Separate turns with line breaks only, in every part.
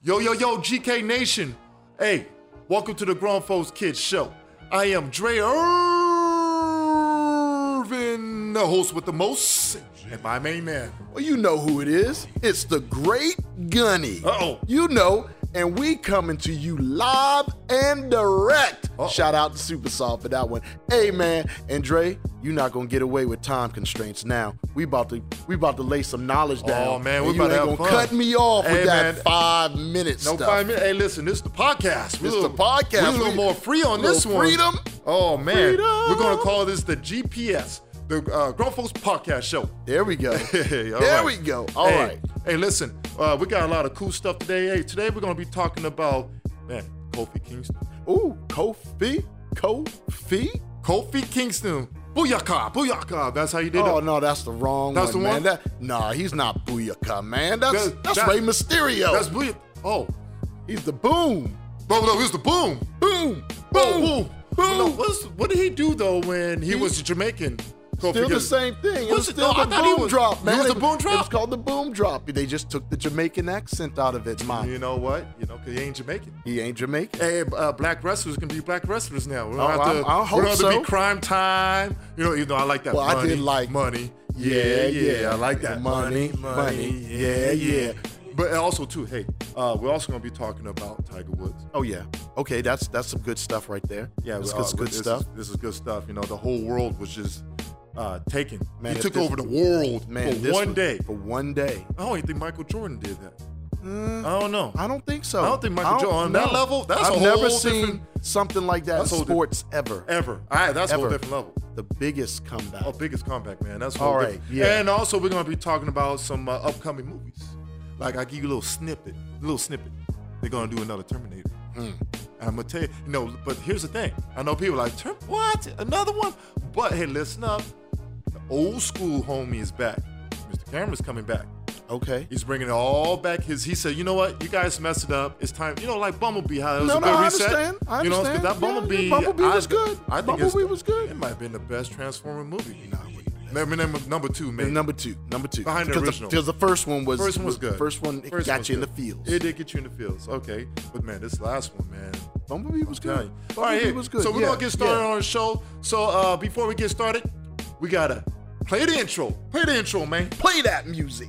Yo, yo, yo, GK Nation. Hey, welcome to the Grown Folks Kids Show. I am Dre Irvin, the host with the most, and my main man.
Well, you know who it is. It's the Great Gunny.
Uh-oh.
You know, and we coming to you live and direct.
Uh-oh.
Shout out to Super Soft for that one. Hey man, and Dre, you not gonna get away with time constraints now. We about to we about to lay some knowledge down.
Oh, man,
and
we
you
about to
ain't
have
gonna
fun.
cut me off
Hey,
with that
man.
five minutes.
No
stuff.
five minutes. Hey, listen, this is the podcast.
It's the podcast.
We're a little
We-
more free on
little
this one.
freedom.
Oh man,
Freedom.
we're gonna call this the GPS, the uh, Grown Folks Podcast Show.
There we go.
Hey, all
there
right.
we go. All
hey,
right.
Hey, listen, uh, we got a lot of cool stuff today. Hey, today we're gonna be talking about man, Kofi Kingston.
Ooh, Kofi, Kofi.
Kofi Kingston, booyaka, booyaka. That's how you did
Oh
it.
no, that's the wrong
That's
one,
the
man.
one?
That, nah, he's not Booyaka, man. That's
That-
that's
that-
Rey Mysterio.
That's booy. Oh,
he's the boom,
no, no, it was the boom,
boom,
boom,
boom,
boom.
boom.
No, what's, what did he do though when he,
He-
was Jamaican? Kofi
Still the
Kingston?
same thing. It was
Was it-
still
no, I
the
thought he
boom
was-
drop,
it
man.
was the boom
It was
drop?
called the boom drop. They just took the Jamaican accent out of it, man.
You know what? You know, cause he ain't Jamaican.
He ain't Jamaican.
Hey, uh, black wrestlers can be black wrestlers now. We don't
Oh,
have
I-
to.
I
we
hope
don't have to
so.
be crime time. You know, even though I like that.
Well, I
money,
did like-
money. Yeah, yeah, I like that.
Money, money.
Yeah,
Yeah,
yeah.
yeah.
But also too, hey, uh, we're also gonna be talking about Tiger Woods.
Oh yeah. Okay, that's that's some good stuff right there. that's
well,
good,
uh,
good
this is-
stuff.
this is good stuff. You know, the whole world was just uh, taken.
Man,
he
if
took
this-
over the world
Man,
for
this
one
was-
day.
For one day.
I don't even think Michael Jordan did that. I don't know.
Mm. I don't think so.
I don't think Michael
I don't-
Jordan- on that level, that's
I've
a
never
whole
seen
different-
something like that in
That's a whole di-
sports ever.
Ever. All right, that's a whole
Ever.
different level.
The biggest comeback.
Oh, biggest comeback, man. That's
All
what
right, yeah.
And also, we're gonna be talking about some uh, upcoming movies. Like I give you a little snippet, a little snippet. They're gonna do another Terminator.
Mm.
And I'm gonna tell you, you know. But here's the thing. I know people are like, Term- what? Another one? But hey, listen up. The old school homie is back. Mr. Cameron's coming back.
Okay.
He's bringing it all back. His he said, you know what? You guys messed it up. It's time. You know, like Bumblebee, how it was
No,
a
no,
good
I
reset.
understand. I
You know, 'cause
understand.
that
Yeah, yeah,
Bumblebee,
Bumblebee was good.
I think
Bumblebee
it's-
was good.
It might have been the best Transformer movie. Remember number, number two,
And
man.
Number two, number two.
Behind the
because
original.
because the first one was
first one was good.
First one it
First
got
was
you in
good.
the fields.
It did get you in the fields. Okay, but man, this last one, man.
Bumblebee was
Tell
good.
you. All right,
Bumblebee
here.
was good.
So we're
Yeah,
gonna get started
yeah.
on the show. So uh, before we get started, we gotta play the intro. Play the intro, man.
Play that music.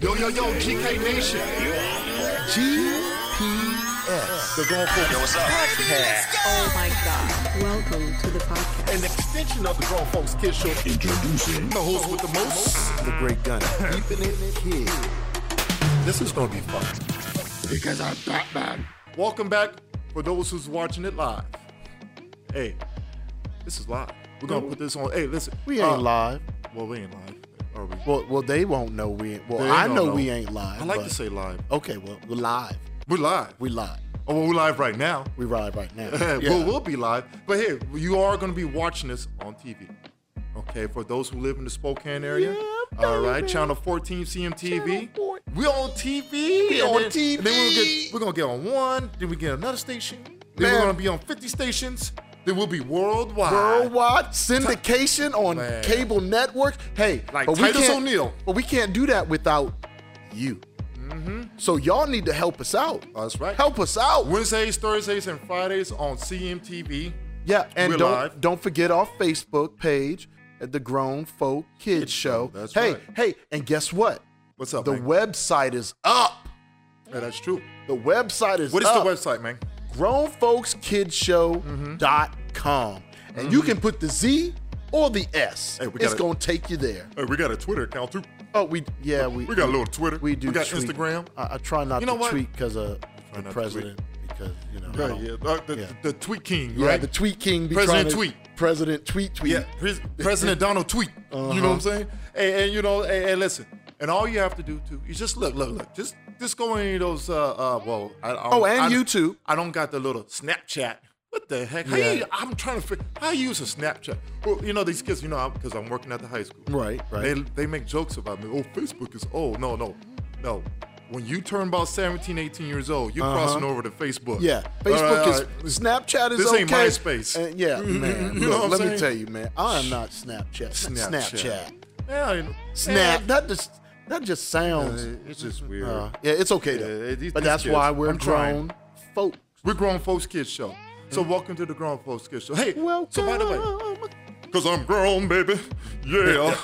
Yo, yo, yo, GK Nation.
GPS.
The Grown Folks.
Oh my God. Welcome to the podcast.
An extension of the Grown Folks Kids Show. Introducing the host with the most.
The Great Gun. Keeping it here.
This is gonna be fun. Because I'm Batman. Welcome back for those who's watching it live. Hey, this is live. We're gonna put this on. Hey, listen.
We ain't
uh,
live.
Well, we ain't live. Are we?
Well, well, they won't know we. Ain't, well,
They
I
don't
know, we ain't live.
I like
but-
to say live.
Okay, well, we're live.
We're live.
We live.
oh, well, we're live right now.
We live right now.
Well, we'll be live. But hey, you are going to be watching this on TV. Okay, for those who live in the Spokane area.
Yeah,
all right,
baby.
channel 14 CMTV.
Channel 14.
We on TV. We
on
And then we'll
TV.
get, we're going to get on one, then we get another station. Then
Man.
we're going to be on 50 stations. Then we'll be worldwide.
Worldwide syndication on
Man.
cable networks. Hey,
Like
but we
Titus
can't-
O'Neal.
But we can't do that without you. So y'all need to help us out.
Mm-hmm. That's right.
Help us out.
Wednesdays, Thursdays, and Fridays on CMTV.
yeah, and
we're
don't
live.
don't forget our Facebook page, at the Grown Folk Kids Show.
That's
hey,
right.
hey, and guess what?
What's up,
the
man?
website is up.
Yeah, that's true.
The website is
What is
up.
the website, man?
grownfolkskidshow.com. And you can put the Z or the S.
Mm. Hey, we
it's
gotta-
going to take you there.
Hey, we got a Twitter account too.
Oh, we yeah we
We got a little Twitter.
we do.
We got
tweet.
Instagram.
I, I try not
You know
to
what?
tweet because of
not
the
to
president because you know I
Right,
don't-
yeah. Uh, the,
Yeah.
the tweet king,
Yeah,
right?
the tweet king. Be
President
trying to-
tweet.
President tweet tweet.
Yeah, Pres- President Donald tweet. You know
Uh-huh.
what I'm saying? And, and you know, and, and listen, and all you have to do too is just look, look, look. Just just go on any of those. Uh, uh well, I, I
Oh, and
I-
YouTube.
I don't got the little Snapchat. What the heck? How
Yeah.
you, I'm trying to figure how you use a Snapchat. Well, you know these kids. You know, because I'm working at the high school.
Right, right.
They they make jokes about me. Oh, Facebook is old. No, no, no. When you turn about 17, 18 years old, you're crossing over to Facebook.
Uh-huh. Yeah,
All
Facebook
right, all
is
right.
Snapchat is
This
okay.
ain't MySpace.
And yeah, man.
You know what
look,
I'm
let me
saying?
tell you, man. I am not Snapchat.
Snapchat.
Snapchat.
Yeah, I-
Snap. That just That just sounds.
Uh, it's just weird.
Uh, yeah, it's okay though.
Yeah, these-
but
these
that's
kids,
why we're
I'm trying.
grown folks.
We're grown folks kids show. So welcome to the grown folks kids show. Hey,
Welcome.
so by the way, Cause I'm grown, baby. Yeah.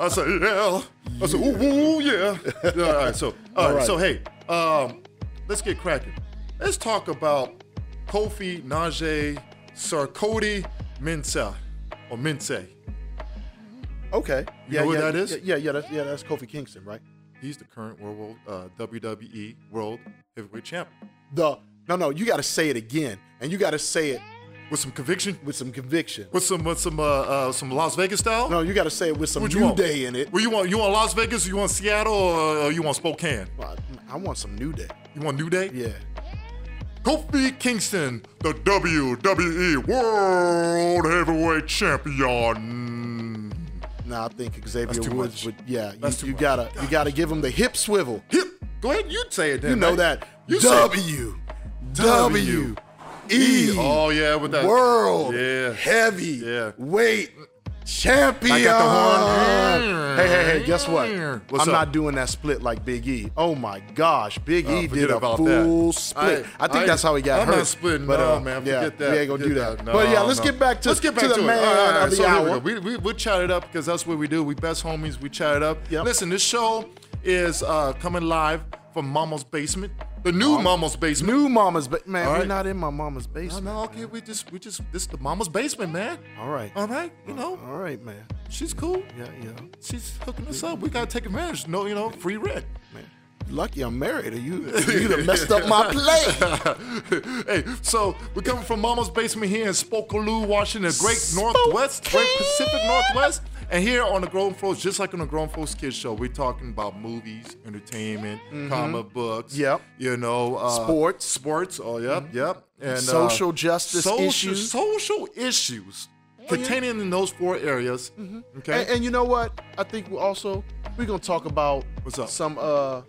I say yeah. I say ooh, ooh yeah. Yeah, All right. So all, all
All
right.
right.
So hey, um, let's get cracking. Let's talk about Kofi Najee Sarkozy Mensa or Mensa.
Okay.
You know who
yeah,
that is?
Yeah, yeah, yeah, that's, yeah. That's Kofi Kingston, right?
He's the current World World- uh, WWE World Heavyweight Champion
The no, no. You got to say it again, and you got to say it
with some conviction,
with some conviction.
with some with some uh, uh, some Las Vegas style.
No, you got to say it with some
What you
new
want?
day in it.
Well, you want you want Las Vegas, you want Seattle, or, or you want Spokane?
I, I want some new day.
You want New Day?
Yeah.
Kofi Kingston, the WWE World Heavyweight Champion.
Nah, I think Xavier
too
Woods
much.
would. Yeah, you,
That's too
you
much.
gotta you gotta give him the hip swivel.
Hip. Go ahead, you say it then.
You know
man.
that
You say it.
W W E
Oh yeah, with that
World
Yeah.
Heavy
Yeah.
Weight Champion.
I got the horn.
Hey, hey, hey! Guess what?
What's
I'm
up?
not doing that split like Big E. Oh my gosh, Big
Oh,
E
forget
did a
about
full
that.
split. I,
I-
think
I-
that's how he got
I'm
hurt. uh,
not splitting, no, man,
yeah,
forget that,
We ain't gonna do
forget
that.
that, no,
but yeah, let's
no.
get back to
Let's get back
to
to,
the
it.
man
All right, all right,
of the
so here
hour.
We, go. we, we, we chat it up because that's what we do. We best homies. We chat it up.
Yep.
Listen, this show is uh, coming live from Mama's basement, the new Mama's basement.
New mama's, but man,
All
we're
right.
not in my mama's basement.
No, no, okay. We just, we just, this the Mama's basement, man.
All right.
All right, you know,
All right, man.
she's cool.
Uh-huh. Yeah, yeah.
She's hooking us up. We gotta take advantage. No, you know, free rent.
Man, lucky I'm married. Or you you done messed up my play.
hey, so we're coming from Mama's basement here in Spokaloo, Washington, Great Northwest, Great Pacific Northwest. And here on the Grown Folks, just like on the Grown Folks Kids Show, we're talking about movies, entertainment, comic books.
Mm-hmm. Yep.
You know, uh,
Sports. Mm-hmm.
Sports. Oh, yep, yep. And uh,
Social justice issues.
Social issues containing in those four areas. Okay.
Mm-hmm. And, and you know what? I think we also we're gonna talk about
What's up?
some uh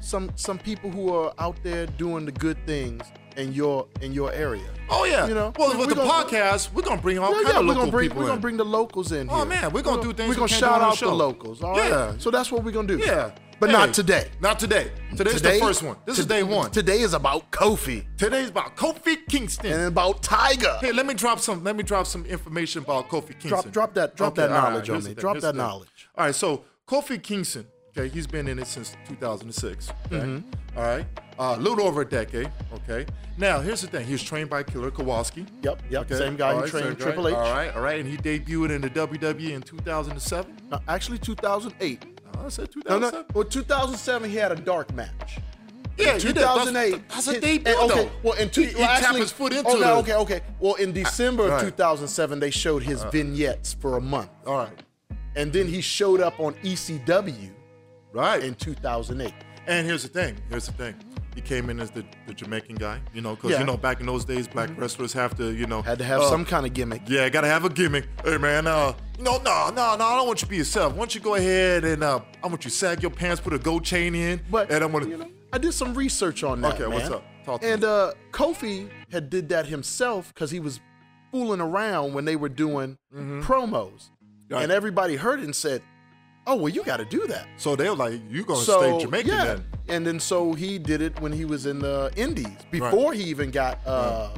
some some people who are out there doing the good things in your in your area.
oh yeah.
you know,
well,
we-
with
we
the
gonna-
podcast, we're gonna bring all
Yeah,
kinds of
yeah, we're
local
gonna bring
people
we're
in.
gonna bring the locals in.
Oh,
here.
man, we're gonna do things
We're
we
gonna
can't do
shout
on the
out the
show.
locals. All right.
Yeah.
So that's what we're gonna do.
Yeah.
But
Hey,
not today.
Not today. Today's
Today-
the first one. This is
to-
day one.
Today is about Kofi
Today's about Kofi Kingston.
and about Tiger.
hey, let me drop some. Let me drop some information about Kofi Kingston.
drop that- drop that
all
knowledge on
here's
me.
the thing,
Drop
here's the
that
thing.
knowledge.
All right. So Kofi Kingston. Okay, he's been in it since 2006. Okay,
Mm-hmm.
All right, uh, a little over a decade. Okay, now here's the thing. He was trained by Killer Kowalski.
Yep, yep, same guy who
all right,
trained
same guy.
Triple H.
All right, all right, and he debuted in the WWE in 2007.
No, actually 2008.
No, I said 2007.
No, no. Well, 2007 he had a dark match.
Yeah, you did. That's-
2008.
That's, a
his-
debut,
and, okay,
though.
Well, in two,
he, he
well,
tapped
actually-
his foot into
okay,
it. Uh,
Okay, okay. Well, in December of
right. Uh.
2007, they showed his vignettes for a month,
All right,
and then he showed up on ECW
right.
in 2008.
And here's the thing. Here's the thing. He came in as the, the Jamaican guy, you know, because
Yeah. Mm-hmm.
you know back in those days, black wrestlers have to, you know,
Had to have
uh,
some kind of gimmick.
Yeah, gotta have a gimmick. Hey man, uh, you know, no, no, no, I don't want you to be yourself. Why don't you go ahead and uh, I want you to sag your pants, put a gold chain in,
But
and I'm gonna.
you know, I did some research on that.
Okay,
man.
what's up? Talk to
and uh, Kofi had did that himself because he was fooling around when they were doing
Mm-hmm.
promos,
Right.
and everybody heard it and said, "Oh, well, you got to do that."
so they were like, you gonna
So
stay Jamaican
yeah,
then?
and then so he did it when he was in the Indies before he even got uh,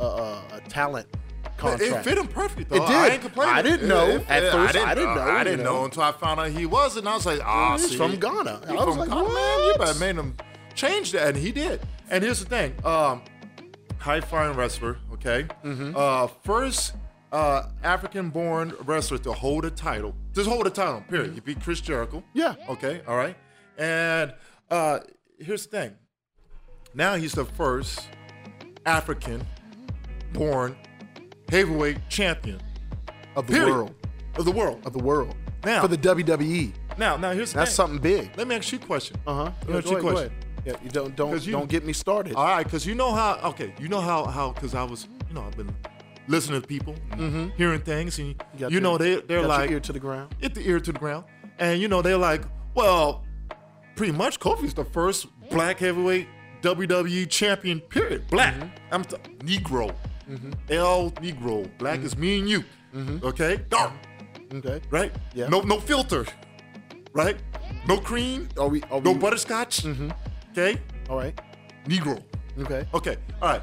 a, a, a talent
But
contract.
It fit him perfect. Though.
It
I
did.
ain't complaining.
I didn't know.
It- it-
At first, I didn't know,
I
you
didn't
know.
know until I found out he was, and I was like, ah,
he's
see,
from Ghana.
he
I was
from
like,
Ghana, man. You
what?
better made him change that, and he did. And here's the thing: um, high flying wrestler. Okay,
Mm-hmm.
uh, first uh, African-born wrestler to hold a title. Just hold a title. Period. You beat Chris Jericho.
Mm-hmm. Yeah.
Okay. All right. And uh, here's the thing: now he's the first African-born heavyweight champion
of the
period.
world,
of the world.
of the world
Now-
for the WWE.
Now, now here's the
That's
thing.
something big.
Let me ask you a question.
Uh huh.
Let me ask you a question.
Yeah, you don't don't
'Cause you-
don't get me started.
All right, because you know how. Okay, you know how how because I was you know I've been listening to people, and hearing things, and you,
Mm-hmm. got your-
know they they're
got
like
your ear to the ground.
hit the ear to the ground, and you know they're like, well, pretty much Kofi's the first black heavyweight WWE champion. Period. Black. I'm t- Negro. L Negro. Black is me and you. Okay, dark.
Okay.
Right.
Yeah.
No no filter. Right. No cream.
Are we- are
no
we-
butterscotch. Okay.
All right.
Negro.
Okay.
Okay. All right.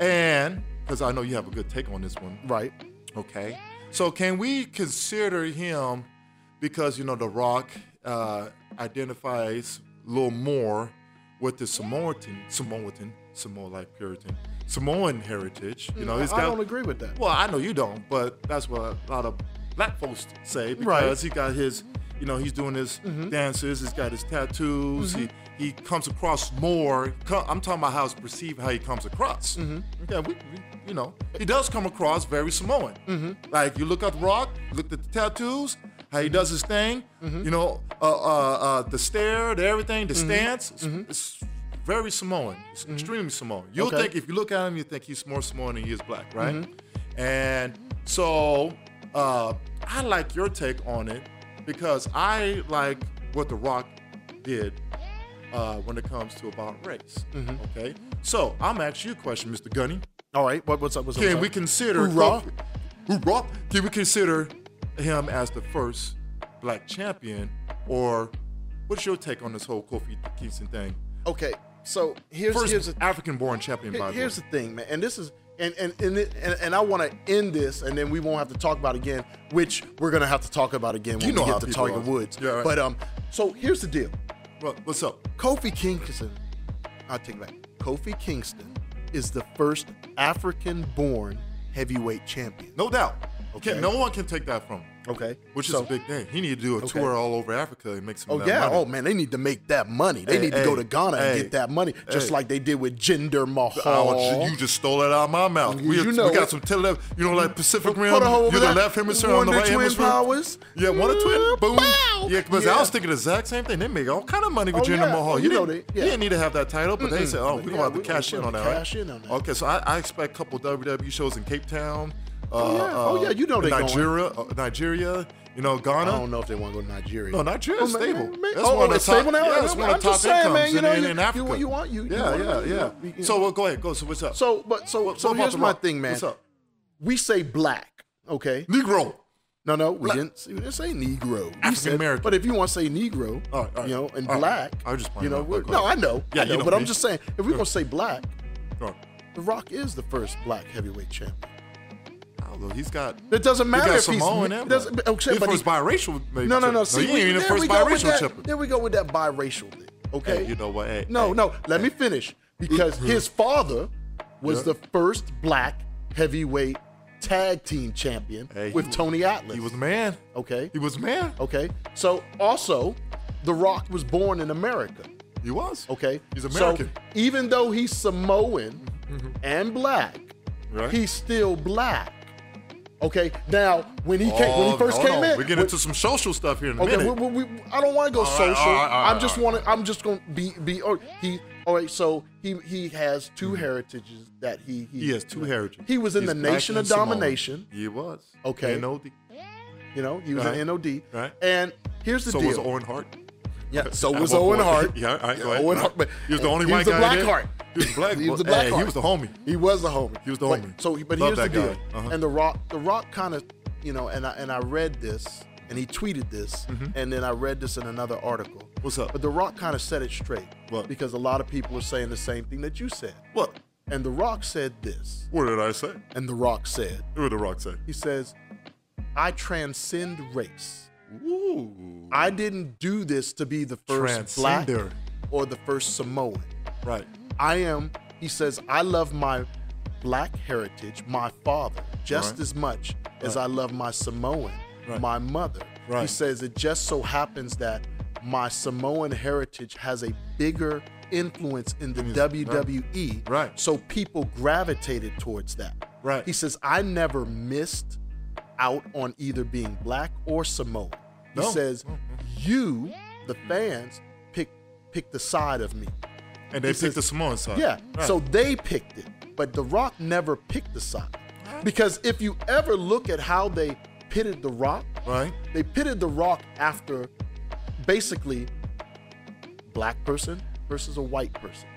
And because I know you have a good take on this one.
Right.
Okay. So can we consider him because you know The Rock uh, identifies a little more with the Samoan, Samoan, Samoan like Puritan, Samoan heritage. You know, he's
Mm, I
got-
don't agree with that.
Well, I know you don't, but that's what a lot of black folks say because he got his, you know, he's doing his
Mm-hmm.
dances, he's got his tattoos, he he comes across more. co- I'm talking about how it's perceived, how he comes across.
Mm-hmm.
Yeah, we, we- you know, he does come across very Samoan. Like you look at Rock, look at the tattoos, how he does his thing. You know, uh, uh, uh, the stare, the everything, the stance. It's, it's very Samoan. It's extremely Samoan. You'll
Okay.
think if you look at him, you think he's more Samoan than he is black, right? And so uh, I like your take on it because I like what The Rock did uh, when it comes to about race. Okay, so I'm asking you a question, Mr. Gunny.
All right. What, what's up? What's up?
Can
what's
we
up?
consider
Hoorah.
Hoorah. Can we consider him as the first black champion, or what's your take on this whole Kofi Kingston thing?
Okay. So here's
First
here's a,
African-born champion, by
Here-
the
here's
way.
the thing, man, and this is and and and, it- and, and I want to end this, and then we won't have to talk about it again, which we're gonna have to talk about again when
You know
we
how
get to
people
Tiger
are.
Woods.
Yeah, right.
But um, so here's the deal:
Well, what's up?
Kofi Kingston. I'll take it back. Kofi Kingston is the first African-born heavyweight champion.
No doubt. Okay.
Okay.
No one can take that from him.
Okay,
Which is
So-
a big thing. He need to do a
Okay.
tour all over Africa and make some.
Oh
of that
yeah!
money.
Oh man, they need to make that money. They
Hey,
need to
hey,
go to Ghana and
hey,
get that money, just
hey.
like they did with Jinder Mahal.
Oh, you just stole it out of my mouth.
You-
We,
you know
we got
it.
some tele, you know, like Pacific
Put
Rim.
a hole over
You're the
that.
left hemisphere on
One
the
of
right
the twin
hemisphere.
powers.
Yeah, one of twin. Boom.
Pow.
Yeah, because I
Yeah.
was thinking the exact same thing. They make all kind of money with
Oh,
Jinder
yeah.
Mahal.
Oh,
You,
you know
didn't,
they- yeah.
you didn't need to have that title, but they said, "Oh, we're
yeah,
gonna have to
we-
cash
we-
in
we
on that."
cash
right?
in on that.
Okay, so I, I expect a couple WWE shows in Cape Town. uh,
yeah. Oh,
uh,
yeah, you know
in
they going. Oh,
Nigeria, uh, Nigeria. You know Ghana.
I don't know if they want to go to Nigeria.
No, Nigeria's
man,
stable.
man.
That's
Oh,
one of the
it's
top,
stable now.
Yeah, that's
I'm-
one of
I'm
the top
just saying, man,
incomes
you know,
in,
you-
in
you-
Africa.
you want- you- you
yeah,
want-
yeah,
you
yeah.
know, you- you
so
know.
well, go ahead, go. So what's up?
So, but so
What-
so
what about
here's
The
my
Rock?
thing, man.
What's up?
We say black, okay?
Negro.
No, no, we didn't. We didn't say Negro. We
African
said-
American.
But if you want to say Negro,
All right, all right,
you know, and
all right.
black,
I was just playing
you know,
around.
we're-
Go
no, I
ahead.
know,
Yeah,
I
you
know,
know
but
me.
I'm just saying, if we're gonna say black,
All right.
The Rock is the first black heavyweight champion.
Although Ah, he's got.
It doesn't
He
matter
got
if he's
Samoa and
it
everything.
doesn't- but- okay,
He's
but he-
first biracial. Maybe
No, no,
too.
no. See,
you ain't
we-
even the
there
first
we go with
biracial
that-
champion.
There we go with that biracial thing. Okay.
Hey, you know what? Hey,
No,
hey,
no. Let me finish because his father was
Yeah.
the first black heavyweight tag team champion
Hey, he
with
was-
Tony Atlas.
He was a man.
okay.
He was a man.
okay. So also, The Rock was born in America.
He was.
Okay.
He's
So,
American. Mm-hmm,
even though he's Samoan and black,
Right.
he's still black. Okay. Now, when he came, when
Oh,
he first
hold
came
on.
in,
We get
when-
into some social stuff here in a
Okay,
minute.
we, we, we, I don't want to go
right,
social.
all right, all right,
I'm just
all
want to. I'm just going to be be. Oh, he. All right. So he he has 2 heritages that he
Mm-hmm. he has two heritage.
He was in the Nation of Domination.
He was.
Okay.
NOD.
You know, he was
Right.
an NOD.
Right.
And here's the
So
deal.
was Owen Hart.
Yeah. So
At
was
one
Owen
point.
Hart.
Yeah, all right, go ahead.
Owen Hart. But
He was the only
he
white
was the
guy
black
there.
Hart.
He was black.
he was the
boy.
black
Hey,
Hart.
He was the homie.
He was the homie.
He was the
But-
homie.
so, he- but
Love
here's the
that
deal.
guy. Uh-huh.
And the Rock, the Rock kind of, you know, and I and I read this, and he tweeted this,
Mm-hmm.
and then I read this in another article.
What's up?
But the Rock kind of said it straight.
What?
Because a lot of people are saying the same thing that you said.
What?
And the Rock said this,
What did I say?
and the Rock said,
What did The Rock say?
he says, I transcend race.
Ooh.
I didn't do this to be the first black
Transcender.
or the first Samoan.
Right.
I am, he says, I love my black heritage, my father, just
Right.
as much as I love my Samoan,
Right.
my mother. He
Right.
says, it just so happens that my Samoan heritage has a bigger influence in the WWE.
Right.
So people gravitated towards that.
Right.
He says, I never missed out on either being black or Samoan. He
No.
says, you, the fans, pick pick the side of me.
And they
He
picked
says-
the Samoan side.
Yeah.
Right.
So they picked it, but The Rock never picked the side. Because if you ever look at how they pitted The Rock,
Right.
they pitted The Rock after basically black person versus a white person.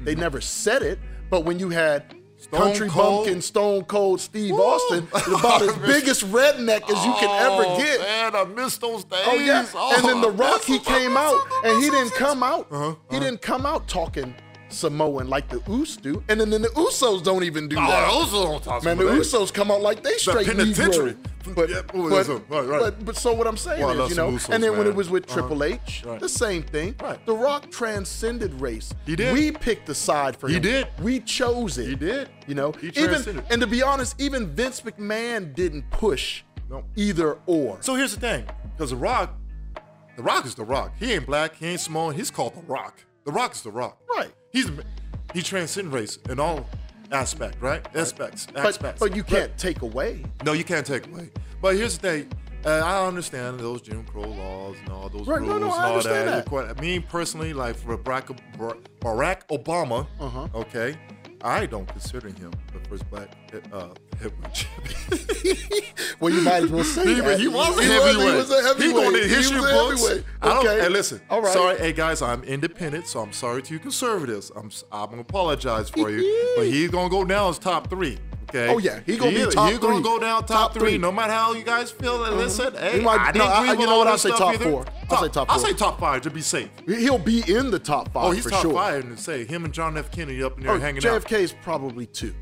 They never said it, but when you had
Mm-hmm. Stone
Country
Cold.
Bumpkin Stone Cold Steve Austin is about as biggest redneck as you can
Oh,
ever get.
Man, I missed those days.
Oh yeah,
Oh,
and then The Rock
that's
he
what I
came
miss.
out and he didn't come out. He didn't come out talking Samoan like the Us do, and then, then the Usos don't even do that.
Oh, those are on top.
Man, the Usos come out like they straight
penitentiary.
Negro. But,
Yeah, oh,
but,
that's a- right, right.
but but so what I'm saying
Well, I
is,
love
you know,
some Usos,
and then when it
man.
was with
Uh-huh.
Triple H,
Right.
the same thing.
Right.
The Rock transcended race.
He did.
We picked the side for
He
him.
did.
We chose it.
He did.
You know,
He
even
transcended.
and to be honest, even Vince McMahon didn't push
No.
either or.
So here's the thing, because The Rock, The Rock is The Rock. He ain't black. He ain't small. He's called The Rock. The Rock is The Rock.
Right.
He's he transcends race in all aspect, right? Aspects,
but,
aspects.
but you
Right.
can't take away.
No, you can't take away. But here's the thing. Uh, I understand those Jim Crow laws and all those
Right,
rules
no, no,
and
I
all
understand that.
that. Quite- me personally, like for Barack, Bar- Barack Obama,
Uh-huh.
okay, I don't consider him the first black uh, heavyweight champion.
Well, you might as well say
he,
that.
he was a
He
heavyweight.
he was a heavyweight.
He going in
He was
history
a
books.
heavyweight.
I don't,
Okay.
hey, listen.
All right.
Sorry, hey guys, I'm independent, so I'm sorry to you conservatives. I'm s- I'm gonna apologize for you, but he's gonna go down as top three. Okay.
Oh, yeah, he gonna be
is.
top
he gonna
three.
go down top,
Top
three.
three. Mm-hmm.
no matter how you guys feel. And listen, hey,
He might-
I
no,
didn't
I-
agree
I-
with
you know
all
what,
that
I'll say
stuff
top
either.
four. I'll say top
I'll
four.
say top five to be safe.
He'll be in the top five.
Oh, he's
for
top
sure. Oh,
five, and say him and John F. Kennedy up in there
Or
hanging out.
JFK is probably two.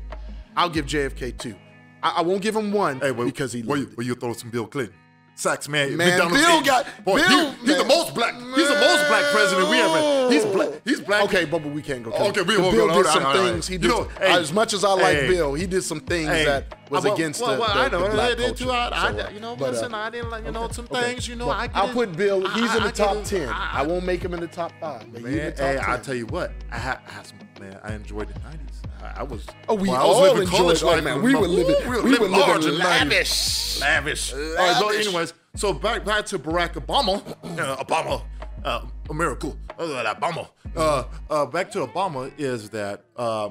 I'll give JFK two. I, I won't give him one
Hey, wait,
because he
where, you-
lived it.
where you throw some Bill Clinton. Sacks man,
Man,
McDonald's
Bill
egg.
got-
boy. he-
Bill,
he's the
man.
most black. He's the most black president we ever. He's black. He's black.
Okay, but, but we can't go.
Okay, we
Bill
won't
Bill
go-
did
all
some
right, all right.
things. He
You
did,
know, hey,
as much as I like
hey,
Bill, he did some things
Hey,
that was
well,
against
well,
the,
well,
the,
I know,
the black
I did
culture.
too. I, I,
So, uh,
you know,
but, uh,
listen, I didn't like, you know,
okay,
some
okay.
things, you know,
Well,
I get
I'll
it.
put Bill.
I-
He's in
I-
the
I
top
get it.
ten.
I-
I won't make him in the top five. but he in the
Man,
top
hey, I
10.
tell you what, I had, I had some man. I enjoyed the nineties. I, I was
Oh, we
well, I
all
was living
enjoyed-
college
oh,
life.
man,
in
we
my-
were living-
Ooh,
we were living
large and
lavish.
lavish, lavish. All right, but
Lavish.
anyways, so back back to Barack Obama, uh, Obama, uh, a miracle, uh, Obama. Uh, uh, back to Obama is that uh,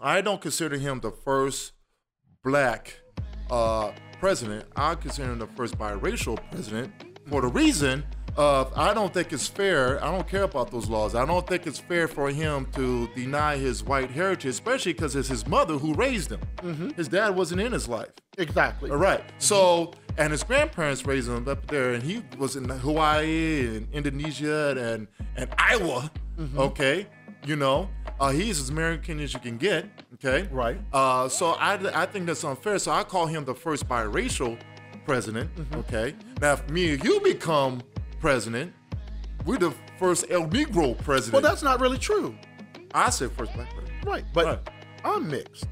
I don't consider him the first black uh, president. I consider him the first biracial president for the reason of I don't think it's fair. I don't care about those laws. I don't think it's fair for him to deny his white heritage, especially because it's his mother who raised him. His dad wasn't in his life.
Exactly.
All right.
Mm-hmm.
So, and his grandparents raised him up there, and he was in Hawaii and Indonesia and and Iowa.
Mm-hmm.
Okay, you know, uh, he's as American as you can get. Okay,
Right.
Uh, so I I think that's unfair. So I call him the first biracial president.
Mm-hmm.
Okay. Now, if me and you become president, we're the first El Negro
Well,
president.
that's not really true.
I said first black president.
Right. But
Right.
I'm mixed.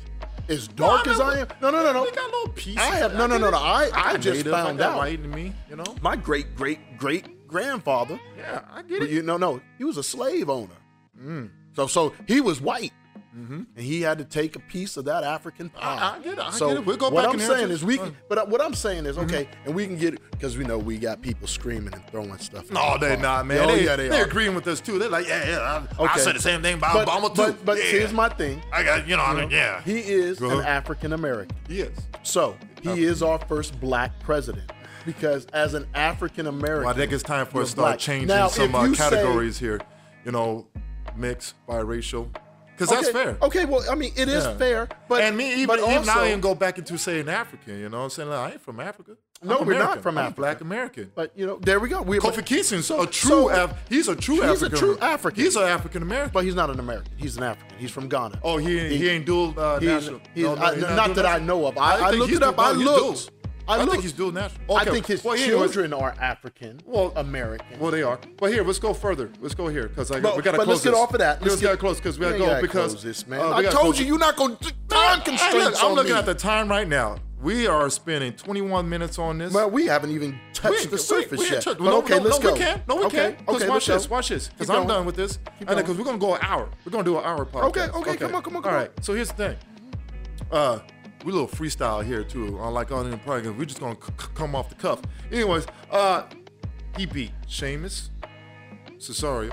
As dark as I am. No, no, no,
We
no.
got little pieces.
I have- no, no, no, no. I- I
got
just
native,
found
I got
out.
White in me, you know.
My great, great, great grandfather,
Yeah, I get it.
you no, no, he was a slave owner.
Mm.
So, so he was white. And he had to take a piece of that African pie.
Mm-hmm. I get it, I
so
get it. We'll go Mm-hmm.
what
back
I'm
and
saying
answer.
is we,
Uh.
can, but what I'm saying is okay, and we can get because we know we got people screaming and throwing stuff. in
No,
the
they're
car.
not, man.
Oh,
they,
yeah, they,
are
are.
agreeing with us too. They're like, yeah, yeah. I, I
Okay.
said the same thing about
But,
Obama too.
but, but
yeah.
here's my thing.
I got you know, I mean, yeah.
He is
Uh-huh.
an African American.
yes.
So he is our first black president because as an African American,
Well, I think it's time for
you're
us to start
black.
changing
Now,
some
if
uh,
you say-
categories here. You know, mixed, biracial, because that's
okay,
fair.
Okay, well, I mean, it is
Yeah.
fair, but
and me even
but also,
even I even go back into saying African. You know, what I'm saying like, I ain't from Africa. I'm
No, we're not
American.
from
I'm
Africa.
Black American.
But you know, there we go. We,
Kofi
but,
Kingston's
so-
a true.
so-
Af- he's a true
he's a
African.
true African.
He's an African American.
but he's not an American. He's an African. He's from Ghana.
Oh, he ain't, he, ain't dual uh,
He's-
national.
he's-
No, no,
I-
he's
not
dual
that I
national.
know of. I- I
think
looked
he's
it up.
dual-
I
he's
looked.
dual.
I
I think
looked.
he's dual national.
I
Okay,
think his
well, anyways-
children are African.
Well,
American.
Well, they are. But here, let's go further. Let's go here because I
But-
we gotta
but
close
let's get
this.
off of that.
Let's,
Let's
gotta
get-
close because we
You
gotta
ain't
go
gotta
because
close this, man.
uh, we
I
gotta
told
close
you,
it.
you're not gonna time
Hey,
constraints.
look, I'm
on
looking
me.
at the time right now. We are spending 21 minutes on this.
Well, we haven't even touched
Wait,
the
wait,
surface
wait,
yet.
check-
But
no,
okay,
no,
let's
no,
go.
We can. No, we
okay,
can't. Because
Okay,
watch
let's
this.
go.
Watch this. Because
Keep
I'm
going.
done with this.
Keep
And
going.
because we're gonna go an hour. We're gonna do an hour podcast.
Okay, okay, come on, come on, come
All
on.
right. So here's the thing. Uh, we a little freestyle here too. Unlike on in the podcast, we're just gonna c- c- come off the cuff. Anyways, uh, he beat Sheamus, Cesario,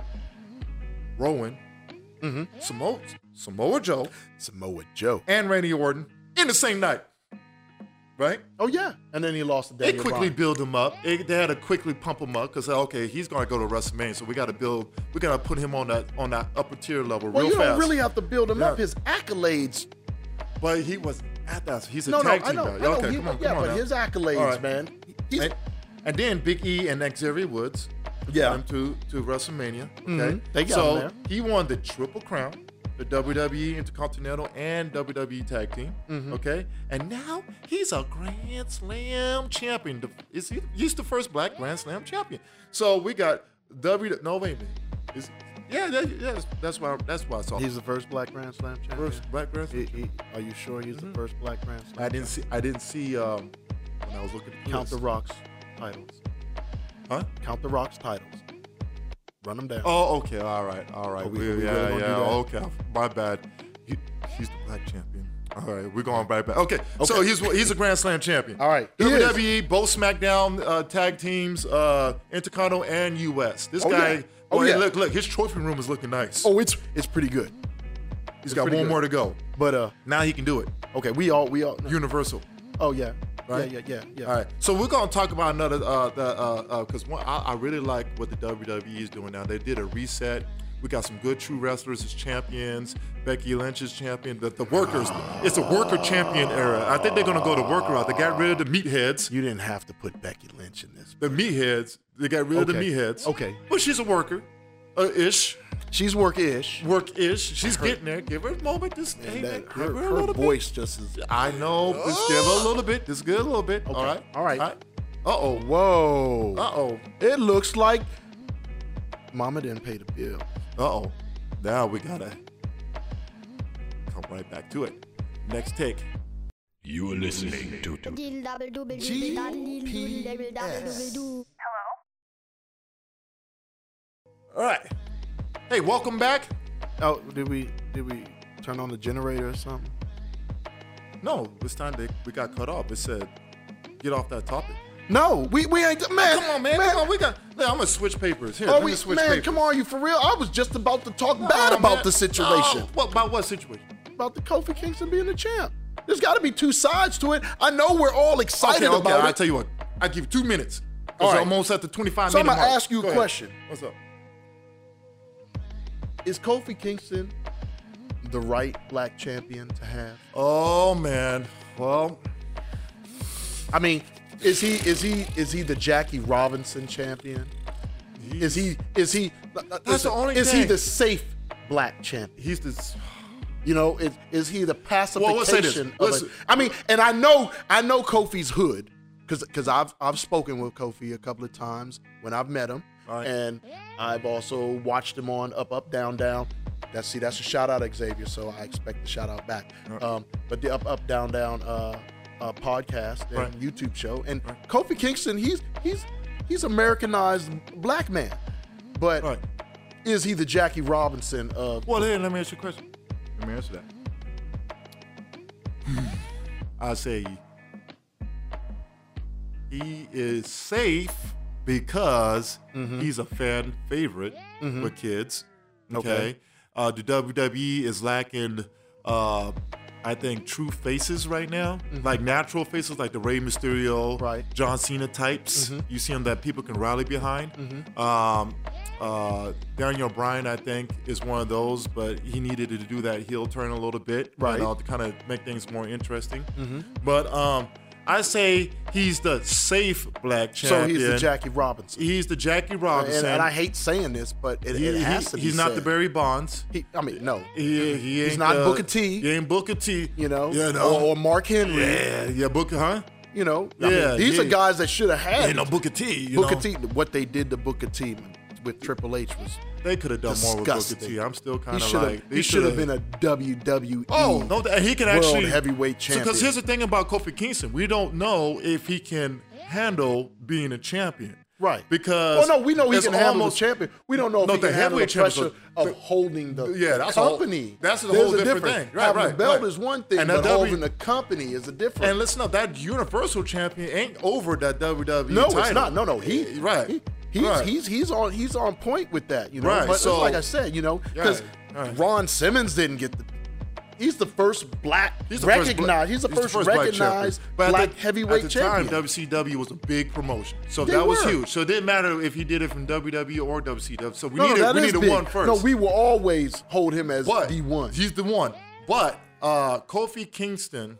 Rowan, mm-hmm, Samoa, Samoa Joe,
Samoa Joe.
and Randy Orton in the same night. Right?
Oh yeah, and then he lost to
They
Daniel
quickly
Bryan.
build him up. They, they had to quickly pump him up because okay, he's gonna go to WrestleMania, so we gotta build. We gotta put him on that on that upper tier level
Well,
real
you
fast.
don't really have to build him up.
Yeah.
His accolades
But he was at us. He's a
No, no,
tag
I
team
know,
guy.
I know.
Okay,
He-
come on,
yeah,
come on
but
now.
his accolades,
All right.
man. He's-
and, and then Big E and Xavier Woods.
Yeah. Mm-hmm.
Went to to WrestleMania. Okay.
They got
so
him there.
he won the Triple Crown, the WWE Intercontinental and WWE Tag Team.
Mm-hmm.
Okay. And now he's a Grand Slam champion. The- Is he? He's the first Black Grand Slam champion. So we got W. No wait a minute. Is yeah, that, yeah, that's why that's why I saw
He's the first black Grand Slam champion.
first Black Grand Slam.
He- he- are you sure he's the first Mm-hmm. black Grand Slam?
I didn't see. I didn't see um, when I was looking. at
Count
this.
the Rocks titles.
Huh?
Count the Rocks titles. Run them down.
Oh, okay. All right. All right.
Are we-
We-
are we
yeah,
really gonna do
yeah.
that?
Okay. My bad. He, he's the black champion. All right. We're going right back. Okay. So he's he's a Grand Slam champion.
All right, he is.
WWE, both SmackDown uh, tag teams, uh, Intercontinental and US. This
Oh,
guy.
yeah. Oh,
boy,
yeah.
Look, look. His trophy room is looking nice.
Oh, it's it's pretty good.
he's got one
pretty good.
more to go.
But uh,
Now he can do it.
okay, we all we all.
Universal.
oh yeah,
Right?
yeah, yeah, yeah, yeah.
All right. So we're gonna talk about another uh the uh because one I, I really like what the WWE is doing now. They did a reset. We got some good true wrestlers as champions. Becky Lynch is champion. The, the workers. It's a worker champion era. I think they're gonna go to worker route. They got rid of the meatheads.
You didn't have to put Becky Lynch in this.
The meatheads. They got rid of the
Okay.
meatheads.
Okay.
But she's a worker. Uh, ish,
She's work ish.
work ish. She's getting there. Give her a moment. Just hey, man,
That,
give
her,
her a
her
little bit.
voice just is.
I know. Just give her a little bit. Just give her a little bit. All right.
All right.
Uh oh.
Whoa!
Uh oh.
It looks like Mama didn't pay the bill.
Uh oh. Now we gotta come right back to it. Next take.
You are listening to
GPS.
GPS.
All right. Hey, welcome back.
Oh, did we did we turn on the generator or something?
No, this time they, we got cut off. It said, get off that topic.
No, we we ain't man.
Come on, man. Come on. We got. Look, I'm gonna switch papers. Here,
Are
let
we,
me switch
man,
papers.
come on, you for real? I was just about to talk bad about the situation.
what about what situation?
About the Kofi Kingston being the champ. There's got to be two sides to it. I know we're all
Okay,
excited
okay.
about
I'll
it.
tell you what. I give you two minutes.
All
All
right.
right. almost at the 25
So
minute
I'ma
mark.
ask you a
Go ahead.
question.
What's up?
Is Kofi Kingston the right black champion to have?
Oh man. Well,
I mean, is he is he is he the Jackie Robinson champion? Is he is he uh,
That's
is,
the only
is he
thing.
the safe black champion?
he's this.
You know, is, is he the pacification?
Well, let's say this.
of
Let's-
it? I mean, and I know, I know Kofi's hood, because because I've I've spoken with Kofi a couple of times when I've met him,
Right.
and I've also watched him on Up Up Down Down. That's see, that's a shout out Xavier, so I expect the shout out back. Um, but the Up Up Down Down uh, uh, podcast and
Right.
YouTube show, and Kofi Kingston, he's he's he's Americanized black man, but.
Right.
Is he the Jackie Robinson of
Well, here, let me ask you a question. Let me answer that. I say he is safe because he's a fan favorite with kids. Okay.
Okay.
Uh, the WWE is lacking, uh, I think, true faces right now, like natural faces, like the Rey Mysterio,
Right.
John Cena types.
Mm-hmm.
You see them that people can rally behind. Um, uh, Daniel Bryan, I think, is one of those, but he needed to do that heel turn a little bit,
Right. Mm-hmm.
You know, to kind of make things more interesting. But um, I say he's the safe black
So
champion.
he's the Jackie Robinson.
He's the Jackie
and,
Robinson.
and I hate saying this, but it,
He-
it
he-
has to be.
he's not the
said.
Barry Bonds.
He, I mean, no.
He, he ain't
not
the-
Booker T.
He ain't Booker T.
You know,
You know.
Or, or Mark Henry.
yeah, yeah, Booker, huh?
You know, I mean,
Yeah,
these are
yeah.
guys that should have had
Yeah, no
it.
Booker T. You
Booker
know?
T. What they did to Booker T. with Triple H was
They could have done more with Booker
disgusting.
T. I'm still
he
kind of
should have.
like
he should have been a WWE.
Oh no, th- he can
world
actually
heavyweight champion.
Because here's the thing about Kofi Kingston, we don't know if he can handle being a champion.
Right.
Because
well, no, we know he
it's
can handle the
almost-
champion. We don't know if
No,
he
the
can handle the
heavyweight champion's
pressure
a-
of holding the
Yeah, that's a whole-
company.
that's a
There's
whole different
difference.
thing. Right,
Having
right,
a belt
right.
is one thing,
And
but
the W-
holding the company is a different.
And listen up, that Universal Champion ain't over that WWE
No,
title.
it's not. No, no. He
right.
He, he's,
Right.
he's he's on he's on point with that. You know,
Right,
but it's
so-
like I said, you know, because
Right, right.
Ron Simmons didn't get the. He's the first black
He's the
recognized.
first black-
he's the
he's
first,
black
recognized
champion.
black,
at the-
heavyweight
at the
champion.
Time, WCW was a big promotion, so
They
that was
were.
huge. So it didn't matter if he did it from WWE or WCW. So we
no, no,
needed
that
we
is
needed
big.
one first.
No, we will always hold him as
but
the one.
He's the one. But Uh, Kofi Kingston,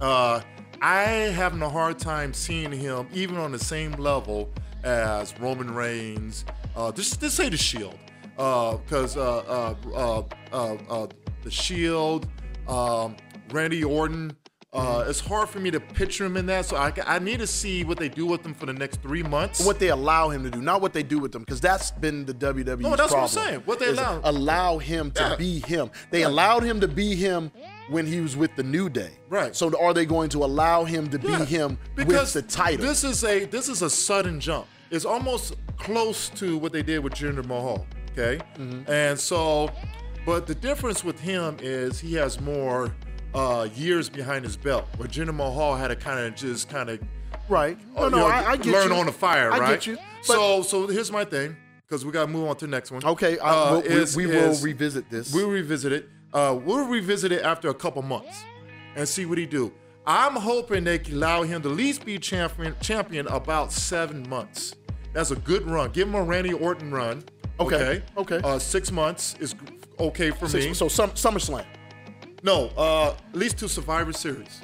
uh, I having a hard time seeing him even on the same level as Roman Reigns. Uh, just just say the Shield, because uh, uh, uh, uh, uh, the Shield, um, Randy Orton. Uh, It's hard for me to picture him in that, so I, I need to see what they do with him for the next three months.
what they allow him to do, not what they do with them, because that's been the WWE.
No, that's what I'm saying. What they allow-
allow him to
Yeah.
be him. They
Yeah.
allowed him to be him when he was with the New Day.
Right.
So are they going to allow him to
Yeah,
be him
because
with the title?
This is a this is a sudden jump. It's almost close to what they did with Jinder Mahal. Okay,
Mm-hmm.
and so, but the difference with him is he has more uh, years behind his belt. Where Jinder Mahal had to kind of just kind of
right. No,
uh,
no,
you know,
I, I get
learn
you.
on the fire,
I
right?
get you. But-
so so here's my thing because we got to move on to the next one.
okay, I,
Uh,
we'll- we-
is-
we,
is-
will revisit this.
We'll revisit it. Uh, we'll revisit it after a couple months and see what he do. I'm hoping they can allow him to at least be champion champion about seven months. That's a good run. Give him a Randy Orton run.
Okay,
Okay.
okay.
Uh, six months is okay for me.
Six- so some, SummerSlam.
no, uh, at least two Survivor Series.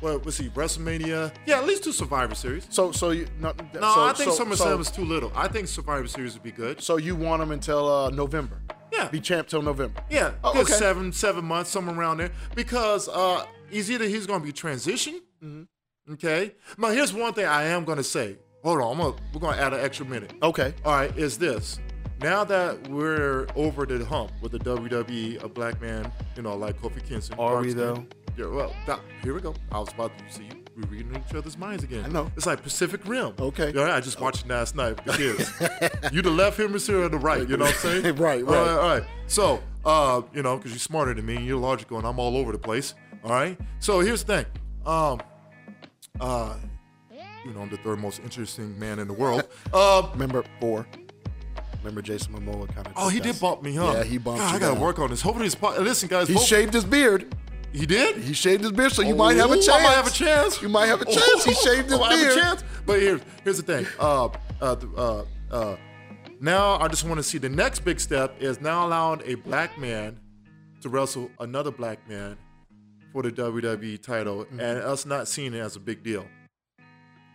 What was he? WrestleMania? Yeah, at least two Survivor Series.
So so you no,
No,
so,
I think
so,
SummerSlam
so,
is too little. I think Survivor Series would be good.
So you want him until uh, November?
Yeah.
Be champ till November.
Yeah,
Oh,
good
okay.
seven seven months, somewhere around there. Because uh, he's either he's gonna be transitioned,
Mm-hmm.
okay. Now here's one thing I am gonna say. Hold on, I'm gonna, we're gonna add an extra minute.
Okay.
All right, is this now that we're over the hump with the WWE, a black man, you know, like Kofi Kingston?
Are
dark
we,
skin.
though?
Yeah, well, that- here we go. I was about to see you. We're reading each other's minds again.
I know.
It's like Pacific Rim.
Okay.
Yeah, I just watched it last night with the kids. you the left hemisphere or the right, you know what I'm saying?
Right, right.
All right, all right. So, uh, you know, because you're smarter than me and you're logical and I'm all over the place. All right. So here's the thing. Um, uh, you know, I'm the third most interesting man in the world. Um,
Remember four. Remember Jason Momoa kind of.
Oh, he did bump me, huh?
Yeah, he bumped
God,
you
I gotta
down.
work on this. Hopefully, this po- listen, guys.
He
hope-
shaved his beard.
He did.
He shaved his beard, so you might have a
Ooh,
chance.
I might have a chance.
You might have a chance. He shaved his
I might have a
beard.
chance. But here, here's the thing. Uh, uh, th- uh, uh, now I just want to see the next big step is now allowing a black man to wrestle another black man for the WWE title,
Mm.
and us not seeing it as a big deal.